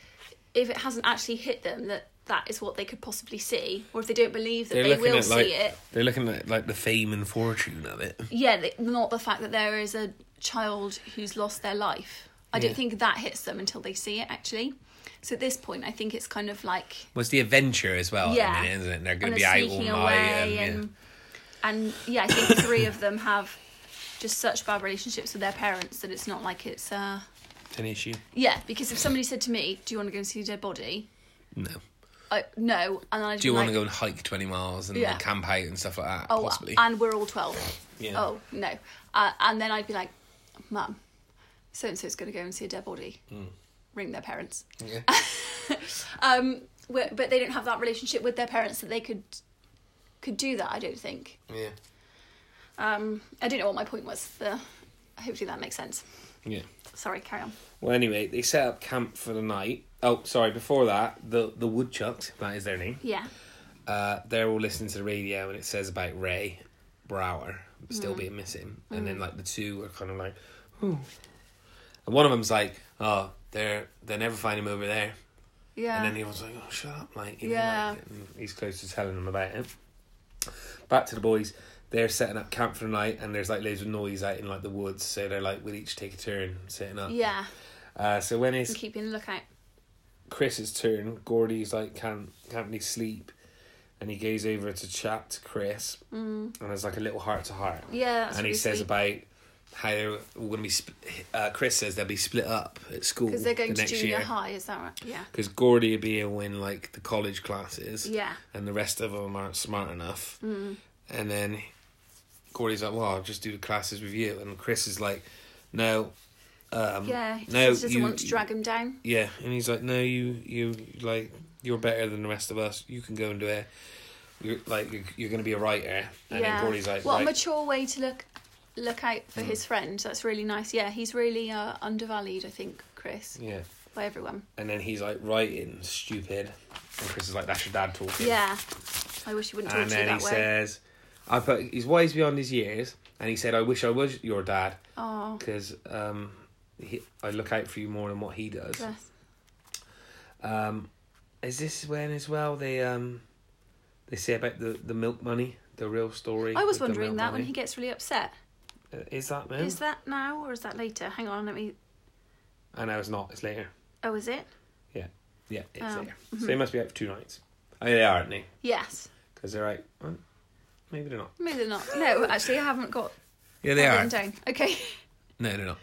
S2: if it hasn't actually hit them that that is what they could possibly see, or if they don't believe that they will
S1: like
S2: see it.
S1: they're looking at like the fame and fortune of it.
S2: yeah, th- not the fact that there is a child who's lost their life. I
S1: Yeah.
S2: don't think that hits them until they see it actually. So at this point, I think it's kind of like
S1: Well, it's the adventure as well,
S2: Yeah.
S1: yeah. minute, isn't it? And they're going
S2: and
S1: to
S2: are
S1: be out all
S2: sneaking
S1: night. and,
S2: away, and and yeah, I think three of them have just such bad relationships with their parents that it's not like it's uh
S1: yeah. It's an issue.
S2: yeah. Because if somebody said to me, "Do you want to go and see a dead body?"
S1: No.
S2: I no, and I'd
S1: Do you
S2: be
S1: want
S2: like,
S1: to go and hike 20 miles and
S2: Yeah.
S1: like, camp out and stuff like that?
S2: Oh,
S1: possibly.
S2: and we're all twelve.
S1: yeah.
S2: Oh no, uh, and then I'd be like, "Mum, so and so's going to go and see a dead body."
S1: Hmm.
S2: Ring their parents.
S1: Yeah.
S2: Um, wh- but they don't have that relationship with their parents that they could could do that. I don't think.
S1: yeah.
S2: Um, I don't know what my point was. The, hopefully that makes sense.
S1: Yeah.
S2: Sorry, carry on.
S1: Well, anyway, they set up camp for the night. Oh, sorry, before that, the, the Woodchucks, that is their name,
S2: Yeah.
S1: uh, they're all listening to the radio and it says about Ray Brower
S2: Mm.
S1: still being missing. And then, like, the two are kind of like, oh. And one of them's like, oh, they're, they never find him over there.
S2: Yeah.
S1: And then he was like, "Oh, shut up!" Like, he didn't
S2: Yeah.
S1: like it. And he's close to telling them about it. Back to the boys. They're setting up camp for the night, and there's like loads of noise out in like the woods. So they're like, we'll each take a turn setting up.
S2: yeah.
S1: Uh, so when
S2: And
S1: it's
S2: keeping a lookout.
S1: Chris's turn, Gordy's like can't can't really sleep, and he goes over to chat to Chris, and there's like a little heart to heart,
S2: Mm. Yeah. That's
S1: and he says
S2: sweet.
S1: about how they're all gonna be. Sp- uh, Chris says they'll be split up at school
S2: because they're going
S1: the
S2: to
S1: next
S2: junior
S1: year.
S2: high. Is that right? Yeah.
S1: Because Gordy will be in like the college classes.
S2: Yeah. Mm.
S1: and the rest of them aren't smart enough. And then Corey's like, "Well, I'll just do the classes with you." And Chris is like, "No, um,
S2: Yeah. He
S1: no,
S2: just doesn't
S1: you,
S2: want to drag him down.
S1: yeah." And he's like, "No, you, you like, you're better than the rest of us. You can go and do it. You're like, you're, you're going to be a writer." And
S2: yeah.
S1: then Corey's like, Hmm.
S2: what a
S1: "Right."
S2: mature way to look look out for his friend. That's really nice. Yeah, he's really uh, undervalued. I think Chris
S1: yeah.
S2: by everyone.
S1: And then he's like, "Writing, stupid." And Chris is like, "That's your dad talking."
S2: Yeah. I wish you wouldn't talk
S1: and
S2: to you
S1: then he
S2: that way.
S1: says, "I put he's wise beyond his years." And he said, "I wish I was your dad."
S2: oh.
S1: because um, he, I look out for you more than what he does.
S2: Bless.
S1: Um, is this when as well they um, they say about the, the milk money, the real story?
S2: I was
S1: of the
S2: wondering
S1: milk
S2: that when he
S1: money?
S2: gets really upset.
S1: Uh, is that when?
S2: Is that now or is that later? Hang on, let me.
S1: And I was not. It's later.
S2: Oh, is it?
S1: Yeah, it's
S2: Oh,
S1: later. So they must be out for two nights. Oh, yeah, they are, aren't they?
S2: Yes.
S1: Because they're out. Well, maybe they're not.
S2: Maybe they're not. No, actually, I haven't got
S1: Yeah,
S2: that written down. Okay.
S1: No, they're not.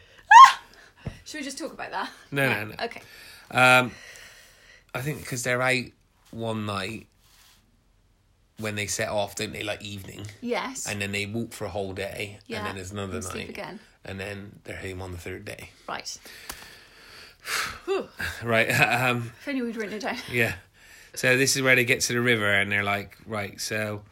S2: Should we just talk about that?
S1: No, no, no.
S2: Okay.
S1: Um, I think because they're out one night when they set off, don't they? Like evening.
S2: Yes.
S1: and then they walk for a whole day,
S2: Yeah,
S1: and then there's another
S2: and sleep
S1: night,
S2: again.
S1: and then they're home on the third day.
S2: Right. Whew.
S1: Right, um,
S2: If only we'd written it down.
S1: yeah. So this is where they get to the river, and they're like, right, so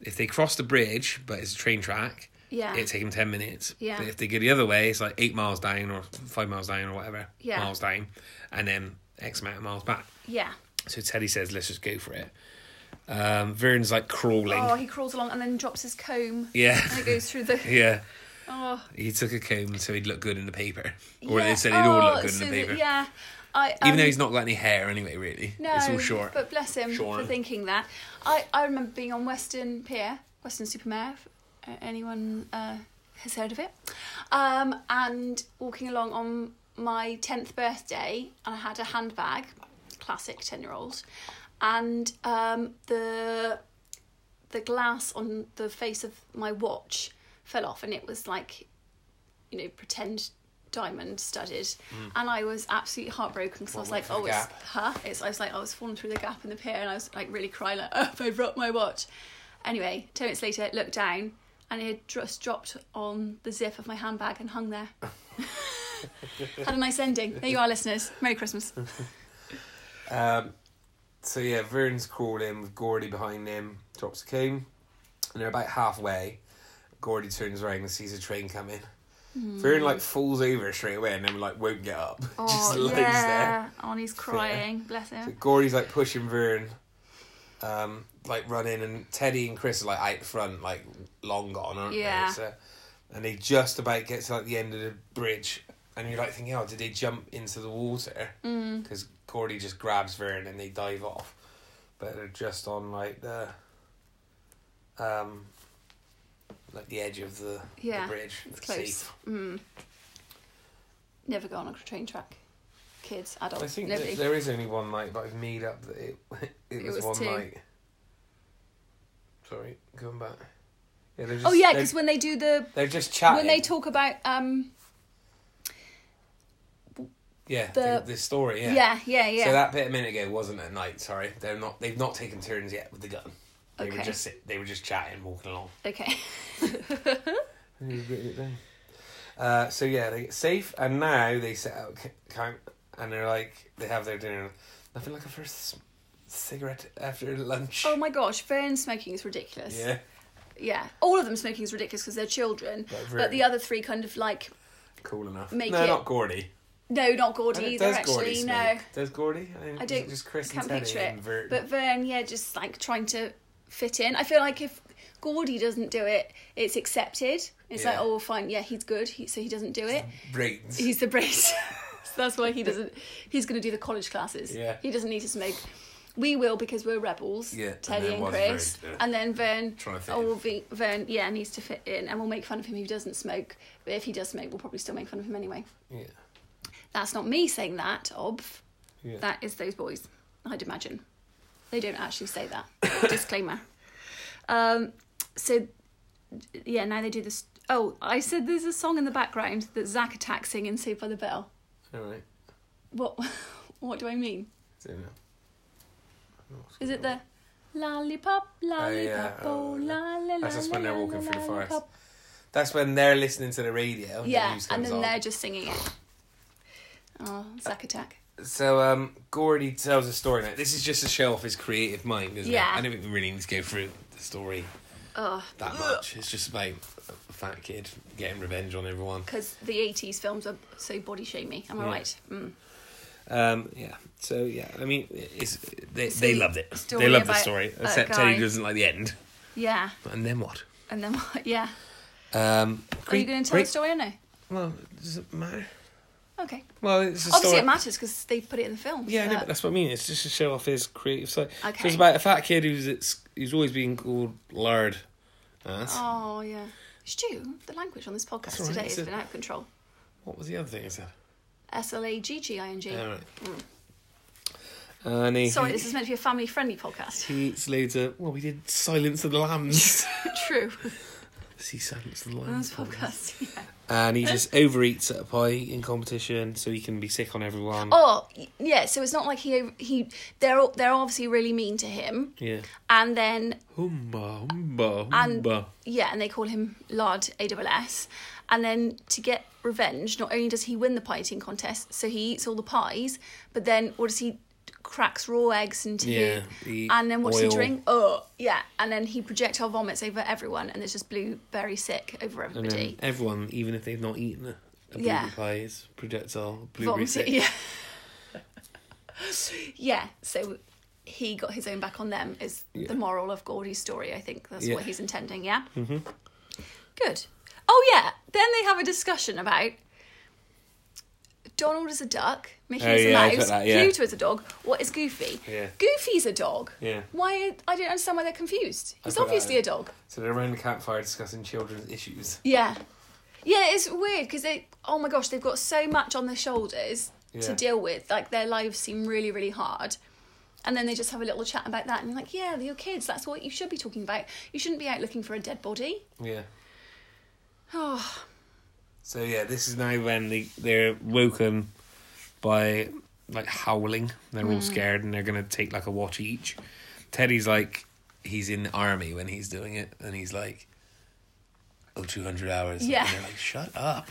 S1: if they cross the bridge, but it's a train track,
S2: Yeah.
S1: it'd take them ten minutes.
S2: Yeah.
S1: But if they go the other way, it's like eight miles down or five miles down or whatever
S2: Yeah.
S1: miles down, and then X amount of miles back.
S2: yeah.
S1: So Teddy says, let's just go for it. Um, Vern's like crawling.
S2: Oh, he crawls along and then drops his comb
S1: yeah.
S2: and it goes through the.
S1: yeah.
S2: Oh.
S1: He took a comb so he'd look good in the paper. Or
S2: yeah.
S1: they said he'd all
S2: Oh,
S1: look good
S2: so
S1: in
S2: that-
S1: the paper.
S2: yeah. I, um,
S1: Even though he's not got any hair anyway, really.
S2: No,
S1: it's all short.
S2: But bless him
S1: Shorn.
S2: for thinking that. I, I remember being on Western Pier, Western Supermare, if uh, anyone uh, has heard of it, um, and walking along on my 10th birthday, and I had a handbag, classic 10 year old, and um, the the glass on the face of my watch fell off, and it was like, you know, pretend diamond studded and I was absolutely heartbroken because I
S1: Mm. What went
S2: was like
S1: through
S2: oh
S1: the
S2: it's
S1: gap?
S2: huh? It's, I was like, I was falling through the gap in the pier and I was like really crying, like, oh, I broke my watch. Anyway, 10 minutes later, looked down and it had just dropped on the zip of my handbag and hung there. Had a nice ending. There you are, listeners. Merry Christmas.
S1: Um, so yeah, Vern's crawling with Gordy behind him, drops the comb, and they're about halfway. Gordy turns around and sees a train coming. Vern like falls over straight away and then like won't get up. Just lays there.
S2: Oh, and he's crying. Bless
S1: So
S2: him.
S1: Gordy's like pushing Vern, um, like running, and Teddy and Chris are like out front, like long gone, aren't
S2: Yeah.
S1: they? So, and they just about get to like the end of the bridge, and you're like thinking, oh, did they jump into the water?
S2: Mm.
S1: Because Gordy just grabs Vern and they dive off, but they're just on like the, um, like the edge of the,
S2: Yeah,
S1: the bridge.
S2: It's Mm.
S1: It's
S2: close.
S1: safe.
S2: Mm. Never go on a train track. kids,
S1: I
S2: adults,
S1: think
S2: nobody.
S1: that there is only one night, but I've made up that it it
S2: It
S1: was,
S2: was
S1: one
S2: two.
S1: night. Sorry, going back. Yeah, they're just,
S2: oh yeah,
S1: they're,
S2: because when they do the
S1: they're just chatting.
S2: when they talk about um
S1: yeah,
S2: the-
S1: the, the story. Yeah.
S2: yeah yeah yeah,
S1: So that bit a minute ago wasn't at night. Sorry, they're not. They've not taken turns yet with the gun. They were
S2: Okay.
S1: just sit, they were just chatting, walking along.
S2: okay
S1: Uh, so yeah, they get safe, and now they set out c- camp, and they're like they have their dinner. Nothing like a first s- cigarette after lunch.
S2: oh my gosh fern smoking is ridiculous
S1: yeah,
S2: yeah all of them smoking is ridiculous because they're children
S1: But very-
S2: but the other three kind of like
S1: cool enough.
S2: Make
S1: no,
S2: it-
S1: not Gordy.
S2: no not gordy
S1: And it-
S2: either actually no
S1: smoke? Does Gordy? I, mean,
S2: I don't-
S1: Just Chris
S2: I can't
S1: and
S2: picture
S1: Teddy
S2: it,
S1: and Vert.
S2: but vern yeah just like trying to fit in i feel like if gordy doesn't do it it's accepted it's like
S1: Yeah.
S2: oh fine yeah he's good he, so he doesn't do it
S1: brains.
S2: He's the brace. so that's why he doesn't. He's going to do the college classes.
S1: Yeah.
S2: He doesn't need to smoke. We will because we're rebels.
S1: Yeah, and
S2: Teddy
S1: then
S2: and
S1: was
S2: Chris,
S1: very, yeah.
S2: and then Vern.
S1: Trying to fit
S2: oh,
S1: in.
S2: well, Ve- Vern. Yeah, needs to fit in, and we'll make fun of him if he doesn't smoke. But if he does smoke, we'll probably still make fun of him anyway.
S1: Yeah.
S2: That's not me saying that, ob.
S1: Yeah.
S2: That is those boys. I'd imagine. They don't actually say that. Disclaimer. Um, so, yeah, now they do this. Oh, I said there's a song in the background that Zach attacks singing Saved by the Bell.
S1: All right.
S2: What what do I mean?
S1: So, no.
S2: Is it the lollipop,
S1: yeah,
S2: lollipop, oh,
S1: oh, yeah.
S2: la la la?
S1: That's just when
S2: la,
S1: they're
S2: la,
S1: walking
S2: la,
S1: through the forest. Oh,
S2: lollipop.
S1: That's when they're listening to the radio. the
S2: Yeah,
S1: news
S2: and
S1: comes
S2: then
S1: on.
S2: they're just singing it. Oh, Zack Attack.
S1: So um, Gordy tells a story. Now. This is just a show off his creative mind, isn't
S2: Yeah.
S1: it? I don't think we really need to go through the story
S2: Oh,
S1: that much. It's just about a fat kid getting revenge on everyone.
S2: because the 80s films are so body shamey. Am I
S1: Yeah.
S2: right? Mm.
S1: Um, yeah. So yeah, I mean, it's they,
S2: So
S1: they
S2: the
S1: loved it.
S2: story
S1: They loved the
S2: about
S1: story,
S2: a
S1: except
S2: guy-
S1: Teddy doesn't like the end.
S2: Yeah.
S1: And then what?
S2: And then what? Yeah.
S1: Um,
S2: Are you going to tell the story or no?
S1: Well, does it matter?
S2: Okay.
S1: Well, it's a
S2: Obviously,
S1: story.
S2: it matters because they put it in the film.
S1: Yeah, I know,
S2: but-
S1: but that's what I mean. It's just to show off his creative side. So
S2: Okay.
S1: it's about a fat kid who's it's, who's always being called lard ass.
S2: Oh, yeah. Stu, the language on this podcast
S1: all right,
S2: today
S1: it's
S2: has
S1: a-
S2: been out of control.
S1: What was the other thing I said?
S2: S L A G G I N G.
S1: All right.
S2: Mm.
S1: And he,
S2: Sorry, this is meant to be a family friendly podcast.
S1: he eats loads of. Well, we did Silence of the Lambs.
S2: True.
S1: See Silence of the
S2: This
S1: Lambs.
S2: podcast. yeah.
S1: And he just overeats at a pie in competition, so he can be sick on everyone.
S2: Oh, y- yeah. So it's not like he he they're all- they're obviously really mean to him,
S1: Yeah.
S2: and then
S1: Humba, humba,
S2: And-
S1: humba.
S2: yeah, and they call him Lard A double S, and then to get revenge, not only does he win the pie eating contest, so he eats all the pies, but then what does he? Cracks raw eggs into
S1: Yeah, he-
S2: and then what does he
S1: oil.
S2: drink? Oh, yeah, and then he projectile vomits over everyone, and it's just blueberry sick over
S1: and
S2: everybody.
S1: then everyone, even if they've not eaten a, a blueberry
S2: Yeah.
S1: pie, is projectile blueberry
S2: Vomit-
S1: sick.
S2: Yeah. yeah. So he got his own back on them is the moral of Gordy's story. I think that's
S1: Yeah.
S2: what he's intending. Yeah. Mm-hmm. Good. Oh yeah. Then they have a discussion about. Donald is a duck, Mickey
S1: Oh,
S2: is a
S1: yeah, I
S2: mouse,
S1: got that, yeah.
S2: Pluto is a dog. What is Goofy?
S1: Yeah.
S2: Goofy's a dog.
S1: Yeah.
S2: Why? I don't understand why they're confused. He's
S1: put that
S2: obviously
S1: in.
S2: a dog.
S1: So they're around the campfire discussing children's issues.
S2: Yeah. Yeah, it's weird because they, oh my gosh, they've got so much on their shoulders
S1: Yeah.
S2: to deal with. Like their lives seem really, really hard. And then they just have a little chat about that and you're like, yeah, your kids, that's what you should be talking about. You shouldn't be out looking for a dead body.
S1: Yeah.
S2: Oh,
S1: So yeah, this is now when they they're woken by like howling. They're
S2: Mm.
S1: all scared and they're gonna take like a watch each. Teddy's like he's in the army when he's doing it, and he's like, oh, 200 hours.
S2: Yeah.
S1: And they're like, shut up.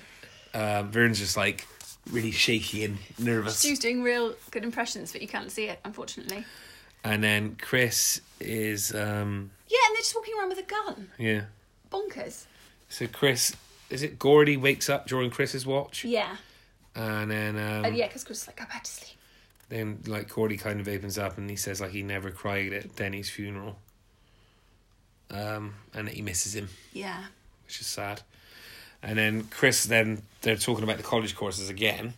S1: um, Vern's just like really shaky and nervous,
S2: Stu's doing real good impressions, but you can't see it, unfortunately.
S1: and then Chris is um
S2: Yeah, and they're just walking around with a gun.
S1: yeah.
S2: Bonkers.
S1: So Chris is it Gordy wakes up during Chris's watch,
S2: Yeah.
S1: and then um,
S2: and Uh, yeah, because Chris is like, go back to sleep.
S1: Then like Cordy kind of opens up and he says like he never cried at Denny's funeral. Um, and that he misses him,
S2: Yeah.
S1: which is sad. And then Chris then they're talking about the college courses again.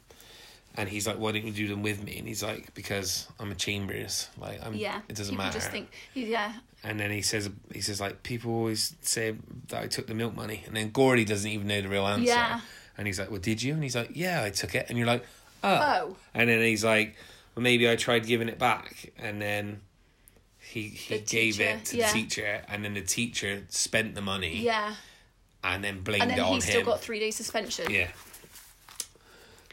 S1: And he's like, Why didn't you do them with me? And he's like, Because I'm a chambers, like I'm
S2: Yeah.
S1: Mm. it doesn't
S2: People
S1: matter.
S2: just think, yeah.
S1: And then he says he says like people always say that I took the milk money and then Gordy doesn't even know the real answer.
S2: Yeah.
S1: And he's like, Well did you? And he's like, Yeah, I took it and you're like,
S2: Oh,
S1: And then he's like, well, maybe I tried giving it back. And then he he
S2: The
S1: gave
S2: teacher,
S1: it to
S2: yeah.
S1: the teacher. And then the teacher spent the money
S2: yeah.
S1: and then blamed
S2: And then
S1: it on
S2: he's still
S1: him.
S2: got three days suspension.
S1: yeah.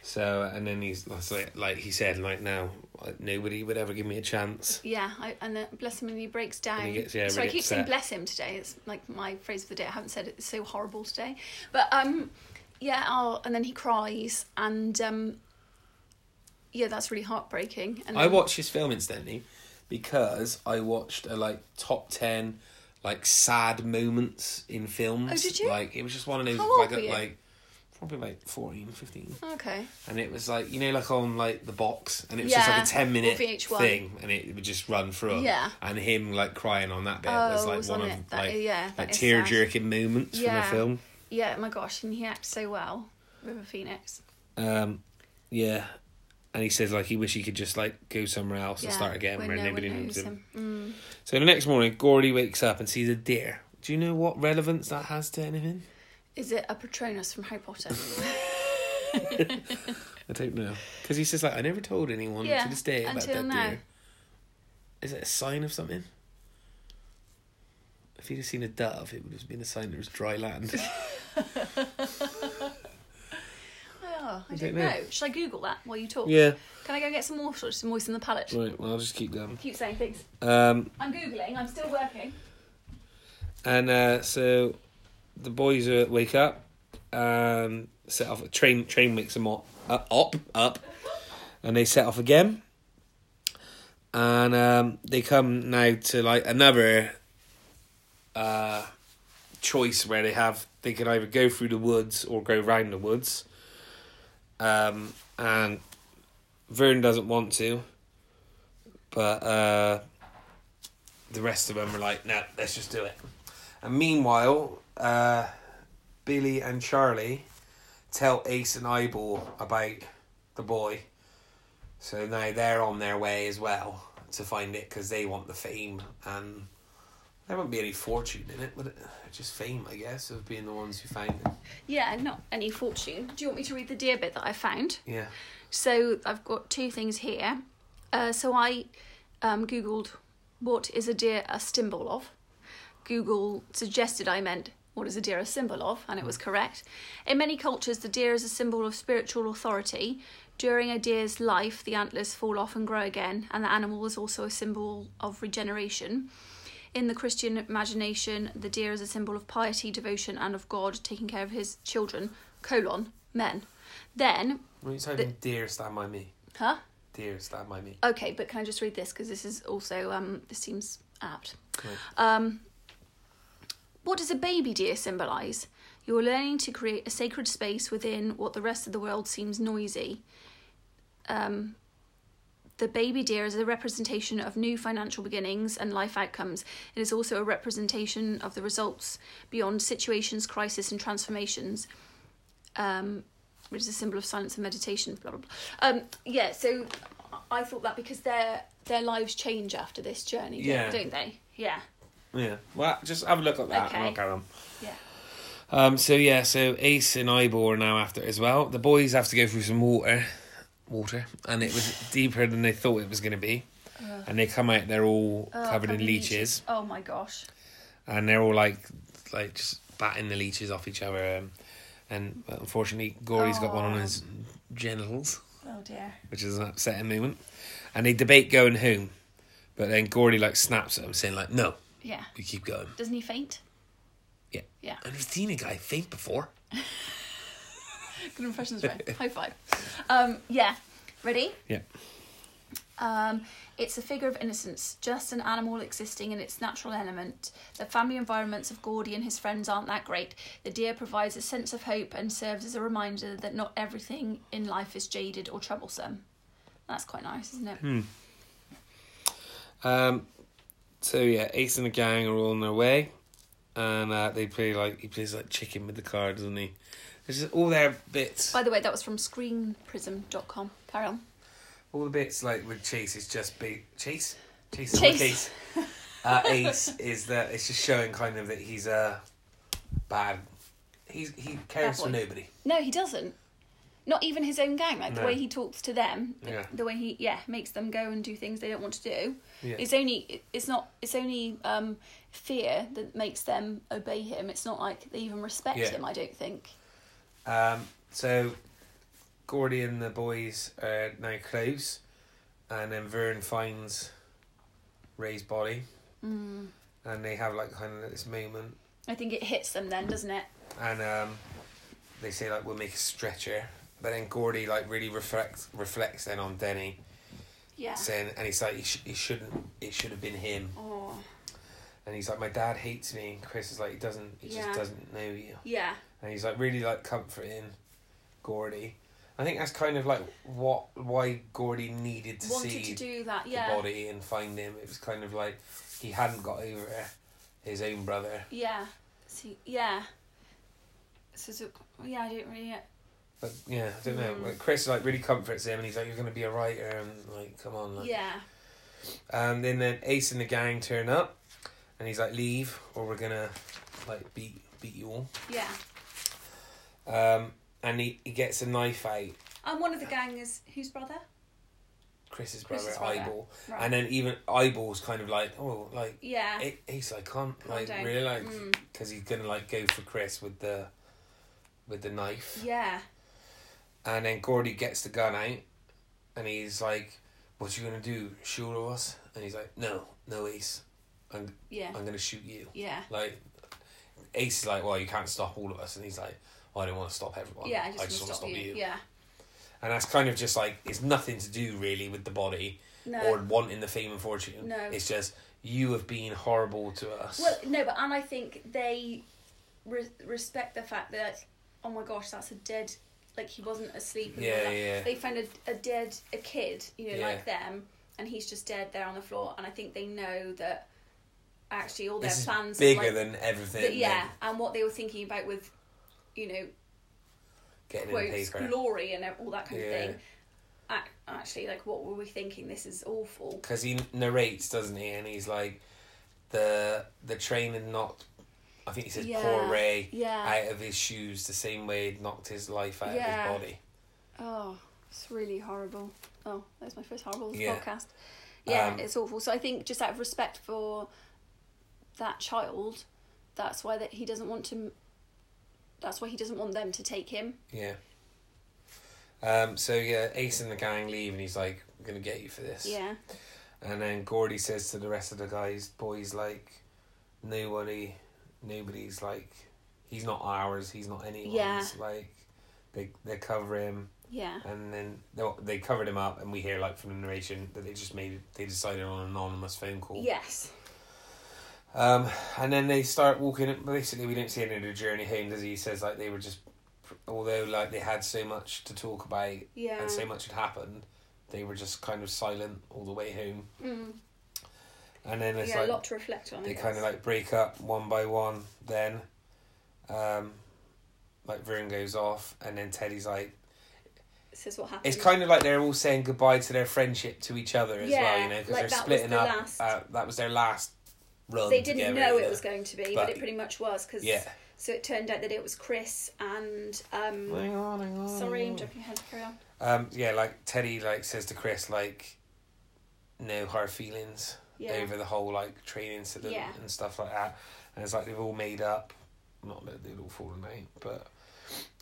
S1: So, and then he's that's like, like he said, like, now like, nobody would ever give me a chance.
S2: Yeah, I, and then bless him and he breaks down.
S1: he gets- yeah,
S2: so I
S1: really
S2: keep saying
S1: upset.
S2: bless him today. It's like my phrase of the day. I haven't said it. It's so horrible today. But um, yeah. Oh, and then he cries, and um, yeah, that's really heartbreaking. And
S1: I
S2: then-
S1: watched this film incidentally because I watched a like top ten like sad moments in films.
S2: Oh, did you?
S1: Like it was just one of those
S2: How old
S1: like,
S2: were you?
S1: like probably like 14, 15.
S2: Okay.
S1: And it was like you know, like on like the box and it was
S2: Yeah,
S1: just like a ten minute
S2: or VH1.
S1: thing and it would just run through.
S2: Yeah.
S1: And him like crying on that bit was
S2: Oh,
S1: like
S2: was
S1: one
S2: on
S1: of
S2: it. That-
S1: like,
S2: yeah, that
S1: like
S2: is sad.
S1: tear jerking moments
S2: Yeah.
S1: from a film.
S2: Yeah. My gosh, and he acts so well, River Phoenix.
S1: Um, yeah. And he says like he wish he could just like go somewhere else
S2: Yeah,
S1: and start again where,
S2: no one
S1: nobody knows him.
S2: him.
S1: So the next morning, Gordy wakes up and sees a deer. Do you know what relevance that has to anything?
S2: Mm. Is it a Patronus from Harry Potter? Oh,
S1: I don't know. Because he says, like, I never told anyone
S2: Yeah,
S1: to this day about
S2: until
S1: that
S2: now.
S1: deer. Is it a sign of something? If he'd have seen a dove, it would have been a sign there was dry land.
S2: oh, I
S1: I
S2: don't
S1: don't
S2: know.
S1: know.
S2: Should I Google that while you talk?
S1: yeah.
S2: Can I go get some water just to moisten the palate?
S1: Right, well, I'll just keep going.
S2: Keep saying things.
S1: Um,
S2: I'm googling. I'm still working.
S1: and uh, so the boys uh, wake up, um, set off. Train train wakes them up, uh, up, up, and they set off again. And um, they come now to like another uh, choice where they have they can either go through the woods or go round the woods. Um, and Vern doesn't want to, but uh, the rest of them are like, no, let's just do it. And meanwhile, uh, Billy and Charlie tell Ace and Eyeball about the boy. So now they're on their way as well to find it because they want the fame and there wouldn't be any fortune in it, would it? Just fame, I guess, of being the ones who found it.
S2: Yeah, not any fortune. Do you want me to read the deer bit that I found?
S1: Yeah.
S2: So I've got two things here. Uh, so I um, googled what is a deer a symbol of. Google suggested I meant what is a deer a symbol of, and it was correct. In many cultures, the deer is a symbol of spiritual authority. During a deer's life, the antlers fall off and grow again, and the animal is also a symbol of regeneration. In the Christian imagination, the deer is a symbol of piety, devotion, and of God taking care of his children, colon, men. Then,
S1: When you type in deer stand by me,
S2: huh?
S1: deer stand by me.
S2: Okay, but can I just read this because this is also um this seems apt.
S1: Cool.
S2: Um, what does a baby deer symbolise? You're learning to create a sacred space within what the rest of the world seems noisy. Um, the baby deer is a representation of new financial beginnings and life outcomes. It is also a representation of the results beyond situations, crisis, and transformations. Um, which is a symbol of silence and meditation. Blah blah. blah. Um, yeah. So I thought that because their their lives change after this journey.
S1: Yeah.
S2: Don't they? Yeah.
S1: Yeah. Well, just have a look at that and I'll
S2: Okay.
S1: carry on.
S2: Yeah.
S1: Um, so yeah, so Ace and Ibor are now after it as well. The boys have to go through some water, water, and it was deeper than they thought it was going to be. and they come out, they're all
S2: Oh,
S1: covered in
S2: probably
S1: leeches,
S2: Oh my gosh.
S1: and they're all like, like just batting the leeches off each other. Um, and unfortunately, Gory's got one on
S2: Aw.
S1: his genitals,
S2: Oh dear.
S1: which is an upsetting moment. And they debate going home, but then Gory like snaps at him, saying like, "No,
S2: Yeah.
S1: we keep going."
S2: Doesn't he faint?
S1: Yeah,
S2: Yeah.
S1: I've never seen a guy faint before.
S2: Good impressions, right? High five. Um, yeah. Ready?
S1: Yeah.
S2: Um, it's a figure of innocence, just an animal existing in its natural element. The family environments of Gordy and his friends aren't that great. The deer provides a sense of hope and serves as a reminder that not everything in life is jaded or troublesome. That's quite nice, isn't
S1: Hmm.
S2: it?
S1: Um, so yeah, Ace and the gang are all on their way, and uh, they play like he plays like chicken with the car, doesn't he? It's just all their bits,
S2: By the way, that was from screenprism.com. Carry on.
S1: all the bits like with Chase is just be Chase, Chase, is
S2: Chase.
S1: Chase. Uh, Ace is that it's just showing kind of that he's a bad. He's he cares
S2: Bad
S1: for
S2: boy.
S1: nobody.
S2: No, he doesn't. Not even his own gang, like the
S1: No.
S2: way he talks to them, the,
S1: Yeah.
S2: the way he yeah makes them go and do things they don't want to do.
S1: Yeah.
S2: It's only it's not it's only um, fear that makes them obey him. It's not like they even respect
S1: Yeah.
S2: him. I don't think.
S1: Um, so, Gordy and the boys are now close, and then Vern finds Ray's body,
S2: Mm.
S1: and they have like kind of this moment,
S2: I think it hits them then, doesn't it?
S1: and um, they say like we'll make a stretcher, but then Gordy like really reflects reflects then on Denny,
S2: Yeah.
S1: saying and he's like it, sh- it shouldn't it should have been him,
S2: oh.
S1: and he's like my dad hates me, and Chris is like he doesn't he
S2: Yeah.
S1: just doesn't know you,
S2: Yeah.
S1: and he's like really like comforting Gordy. I think that's kind of like what why Gordy needed to
S2: Wanted
S1: see
S2: to do that.
S1: the
S2: Yeah.
S1: body and find him. It was kind of like he hadn't got over his own brother,
S2: Yeah. See. Yeah. So, so yeah, I don't really.
S1: but yeah, I don't know.
S2: Mm.
S1: Like Chris like really comforts him, and he's like, "You're gonna be a writer," and like, "Come on." Like.
S2: Yeah.
S1: And then then Ace and the gang turn up, and he's like, "Leave, or we're gonna like beat beat you all."
S2: Yeah.
S1: Um, and he, he gets a knife out.
S2: And one of the gang is whose brother?
S1: Chris's brother,
S2: Chris's brother.
S1: eyeball,
S2: Right.
S1: and then even eyeballs kind of like, "Oh, like."
S2: yeah.
S1: It, he's like, can't
S2: Calm
S1: like
S2: down.
S1: really like
S2: Mm.
S1: because he's gonna like go for Chris with the with the knife,
S2: yeah.
S1: and then Gordy gets the gun out, and he's like, "What you gonna do? Shoot us?" And he's like, "No, no, Ace, I'm
S2: Yeah.
S1: I'm gonna shoot you."
S2: Yeah.
S1: Like Ace is like, "Well, you can't stop all of us," and he's like, "Well, "I don't want to stop everyone.
S2: Yeah. I just, want to stop, you. Yeah.
S1: And that's kind of just like it's nothing to do really with the body
S2: No.
S1: or wanting the fame and fortune.
S2: No.
S1: It's just you have been horrible to us.
S2: Well, no, but and I think they re- respect the fact that oh my gosh, that's a dead. Like he wasn't asleep. And all
S1: Yeah,
S2: that.
S1: yeah.
S2: They found a, a dead a kid, you know,
S1: Yeah.
S2: like them, and he's just dead there on the floor. And I think they know that actually all their
S1: this is
S2: plans of,
S1: bigger
S2: like,
S1: than everything.
S2: that, yeah,
S1: than
S2: and what they were thinking about with, you know,
S1: getting in the
S2: quotes,
S1: paper.
S2: glory, and all that kind
S1: Yeah.
S2: of thing. Ac- Actually, like, what were we thinking? This is awful.
S1: because he narrates, doesn't he? And he's like, the the train had knocked. I think he says poor
S2: Yeah,
S1: Ray
S2: yeah.
S1: out of his shoes the same way it knocked his life out
S2: Yeah.
S1: of his body.
S2: Oh, it's really horrible. Oh, that's my first horrible
S1: Yeah.
S2: podcast. Yeah,
S1: Um,
S2: it's awful. So I think just out of respect for that child, that's why that he doesn't want to. That's why he doesn't want them to take him.
S1: Yeah. Um. So yeah, Ace and the gang leave, and he's like, "I'm gonna get you for this."
S2: Yeah,
S1: And then Gordy says to the rest of the guys, "Boys, like, nobody, nobody's like, he's not ours. He's not anyone's.
S2: Yeah.
S1: Like, they they cover him."
S2: yeah,
S1: and then they, they covered him up and we hear like from the narration that they just made they decided on an anonymous phone call
S2: yes,
S1: um and then they start walking basically we don't see any of the journey home does he? he says like they were just although like they had so much to talk about
S2: yeah.
S1: and so much had happened they were just kind of silent all the way home
S2: mm.
S1: and then it's
S2: Yeah, a
S1: like
S2: lot to reflect on. I
S1: they
S2: guess.
S1: kind of like break up one by one then um like Vern goes off and then Teddy's like
S2: This is what happened.
S1: It's kind of like they're all saying goodbye to their friendship to each other as well,
S2: Yeah,
S1: you know, because
S2: like
S1: they're
S2: that was
S1: splitting
S2: the
S1: up.
S2: last-
S1: Uh, that was their last run.
S2: they didn't
S1: together,
S2: know
S1: yeah.
S2: it was going to be, but,
S1: But-
S2: it pretty much was because.
S1: Yeah.
S2: So it turned out that it was Chris and. Um,
S1: Hang on, hang on.
S2: Sorry,
S1: hang
S2: I'm
S1: on.
S2: jumping ahead. Carry on.
S1: Um, yeah, like Teddy, like says to Chris, like, no hard feelings
S2: Yeah.
S1: over the whole like train incident
S2: Yeah.
S1: and stuff like that, and it's like they've all made up. Not that they'd all fallen out, but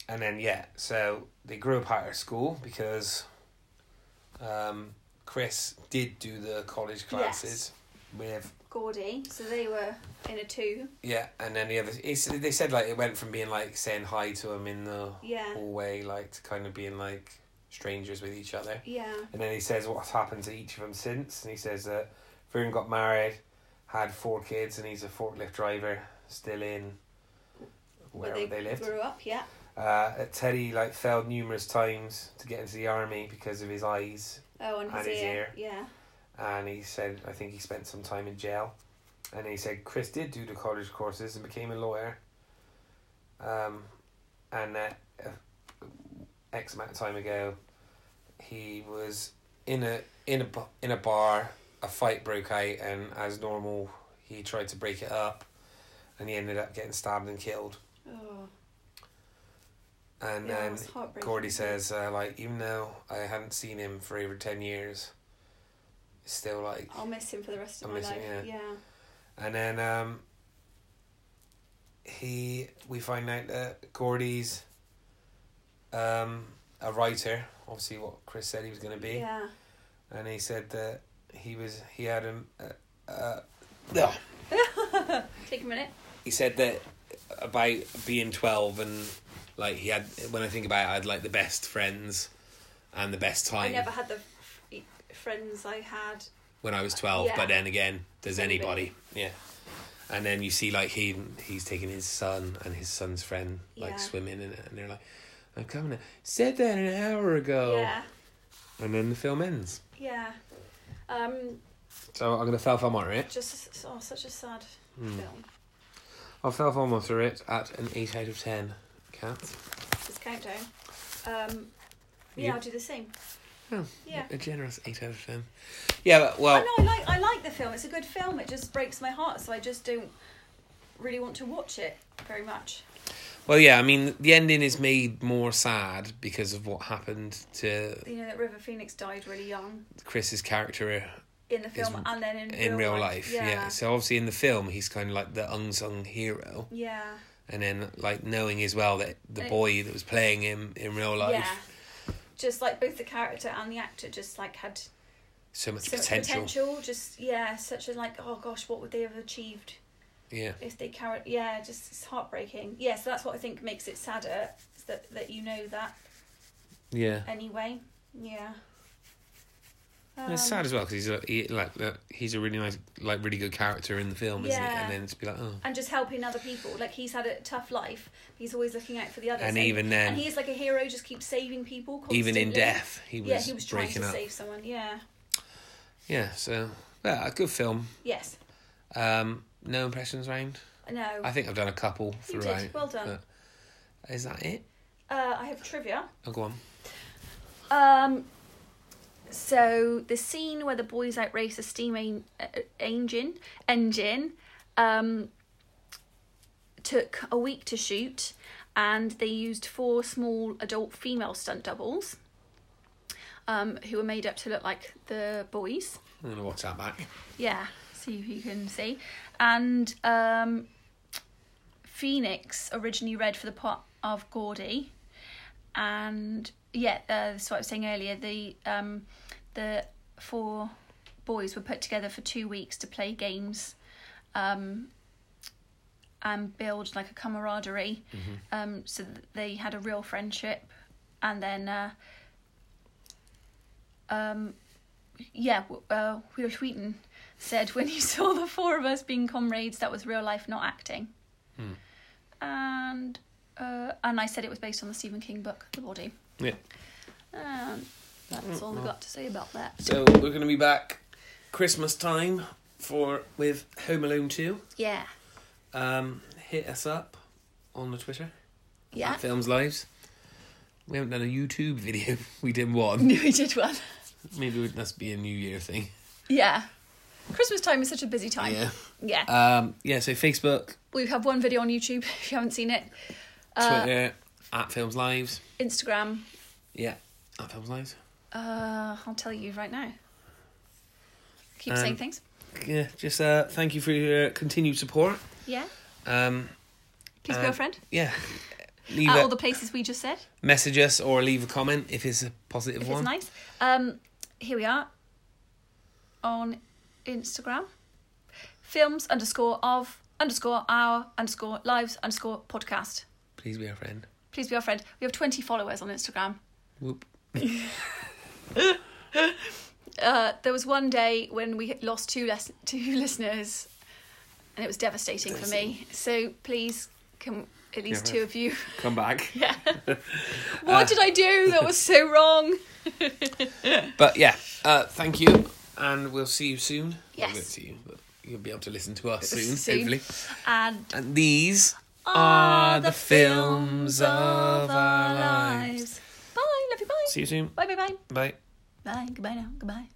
S1: and then yeah, so they grew apart at school because um, Chris did do the college classes with
S2: Gordy. So they were in a two.
S1: Yeah, and then the other, it's, they said like it went from being like saying hi to him in the
S2: Yeah.
S1: hallway, like to kind of being like strangers with each other.
S2: Yeah.
S1: And then he says what's happened to each of them since, and he says that Vern got married, had four kids, and he's a forklift driver still in
S2: Where
S1: wherever they, lived.
S2: Grew up, yeah.
S1: Uh, Teddy like failed numerous times to get into the army because of his eyes,
S2: Oh, and his,
S1: And his
S2: ear. Yeah.
S1: and he said I think he spent some time in jail, and he said Chris did do the college courses and became a lawyer. Um, and that uh, X amount of time ago, he was in a in a bu- in a bar. A fight broke out, and as normal, he tried to break it up, and he ended up getting stabbed and killed.
S2: Oh.
S1: And
S2: Yeah, it
S1: then
S2: was heartbreaking.
S1: Gordy says, uh, like, even though I hadn't seen him for over 10 years, it's still like.
S2: I'll miss him for the rest of
S1: I'll
S2: my
S1: miss
S2: life.
S1: him,
S2: yeah.
S1: And then um, he, we find out that Gordy's um, a writer, obviously what Chris said he was going to be.
S2: Yeah.
S1: And he said that he was, he had him, uh, uh, ugh.
S2: Take a minute.
S1: he said that about being 12 and like he had when i think about it i had like the best friends and the best
S2: I
S1: time
S2: never had the f- friends I had.
S1: when i was 12
S2: Yeah.
S1: but then again there's anybody
S2: Anybody.
S1: yeah and then you see like he he's taking his son and his son's friend like
S2: Yeah.
S1: swimming in it and they're like i'm coming to said that an hour ago
S2: Yeah.
S1: and then the film ends
S2: Yeah. Um,
S1: so i'm gonna fail film it
S2: just s- oh, such a sad
S1: Hmm.
S2: film.
S1: i'll fail film it at an 8 out of 10 cat
S2: Just countdown. Um, yeah,
S1: You-
S2: I'll do the same.
S1: Oh,
S2: Yeah.
S1: a generous 8 out of 10 yeah but well
S2: I know. I like. I like the film. It's a good film. It just breaks my heart, so I just don't really want to watch it very much.
S1: Well, yeah, I mean, the ending is made more sad because of what happened to
S2: You know that River Phoenix died really young
S1: Chris's character
S2: in the film,
S1: Is-
S2: and then in,
S1: in real, life. Yeah.
S2: Yeah.
S1: So obviously in the film, he's kind of like the unsung hero,
S2: Yeah.
S1: and then like knowing as well that the
S2: It-
S1: boy that was playing him in real life,
S2: Yeah. Just like both the character and the actor, just like had
S1: so much
S2: so much
S1: potential.
S2: potential. Just yeah, such a like. Oh gosh, what would they have achieved?
S1: Yeah.
S2: if they carry yeah just it's heartbreaking yeah so that's what i think makes it sadder is that that you know that
S1: Yeah.
S2: anyway yeah Um,
S1: And it's sad as well because he's a, he, like uh, he's a really nice, like really good character in the film, isn't he?
S2: Yeah.
S1: And then to be like, oh,
S2: and just helping other people like he's had a tough life he's always looking out for the others
S1: And even then-
S2: and he is like a hero just keeps saving people constantly.
S1: even in death, he was,
S2: yeah he was trying
S1: breaking
S2: to
S1: up.
S2: save someone yeah
S1: Yeah. So yeah, a good film.
S2: yes
S1: Um, no impressions round.
S2: i know
S1: I think I've done a couple
S2: You did.
S1: throughout.
S2: Well done.
S1: but- Is that it?
S2: uh, i have trivia
S1: Oh, go on.
S2: Um, so the scene where the boys outrace a steam en- uh, engine engine um, took a week to shoot, and they used four small adult female stunt doubles. Um, who were made up to look like the boys.
S1: I'm gonna watch that back.
S2: Yeah, see if you can see. And um, Phoenix originally read for the part of Gordy, and yeah, uh, that's what I was saying earlier. The um, the four boys were put together for two weeks to play games, um, and build like a camaraderie. Um, so th- they had a real friendship, and then. Uh, um, yeah, w- uh, Will Wheaton said, when you saw the four of us being comrades, that was real life, not acting. And uh, and I said it was based on the Stephen King book, The Body.
S1: Yeah.
S2: And that's all I've got to say about that.
S1: So we're gonna be back Christmas time for with Home Alone Two.
S2: Yeah.
S1: Um, hit us up on the Twitter.
S2: Yeah.
S1: At Films Lives. We haven't done a YouTube video. We did one.
S2: we did one.
S1: Maybe it must be a New Year thing.
S2: Yeah. Christmas time is such a busy time.
S1: Yeah.
S2: Yeah.
S1: Um, yeah. So Facebook,
S2: we have one video on YouTube if you haven't seen it. Uh,
S1: Twitter, at Films Lives.
S2: Instagram.
S1: Yeah. At Films Lives.
S2: Uh, I'll tell you right now. Keep
S1: Um,
S2: saying things.
S1: Yeah. Just uh, thank you for your continued support.
S2: Yeah.
S1: Um,
S2: Please,
S1: um,
S2: girlfriend.
S1: yeah. Leave
S2: At
S1: a-
S2: all the places we just said.
S1: message us or leave a comment if it's a positive
S2: if
S1: one.
S2: it's nice. Um, here we are on Instagram. Films underscore of underscore our underscore lives underscore podcast.
S1: Please be our friend.
S2: Please be our friend. We have 20 followers on Instagram.
S1: Whoop.
S2: Uh, there was one day when we lost two less two listeners, and it was devastating for me. So please, can at least
S1: Yeah,
S2: two of you?
S1: Come back.
S2: Yeah. what did I do that was so wrong?
S1: But yeah, uh, thank you, and we'll see you soon.
S2: Yes.
S1: We'll see you, but you'll be able to listen to us soon,
S2: Soon.
S1: hopefully.
S2: And
S1: And these are the films of our lives.
S2: Bye. Love you. Bye.
S1: See you soon.
S2: Bye. Bye. Bye.
S1: Bye.
S2: Bye. Goodbye now. Goodbye.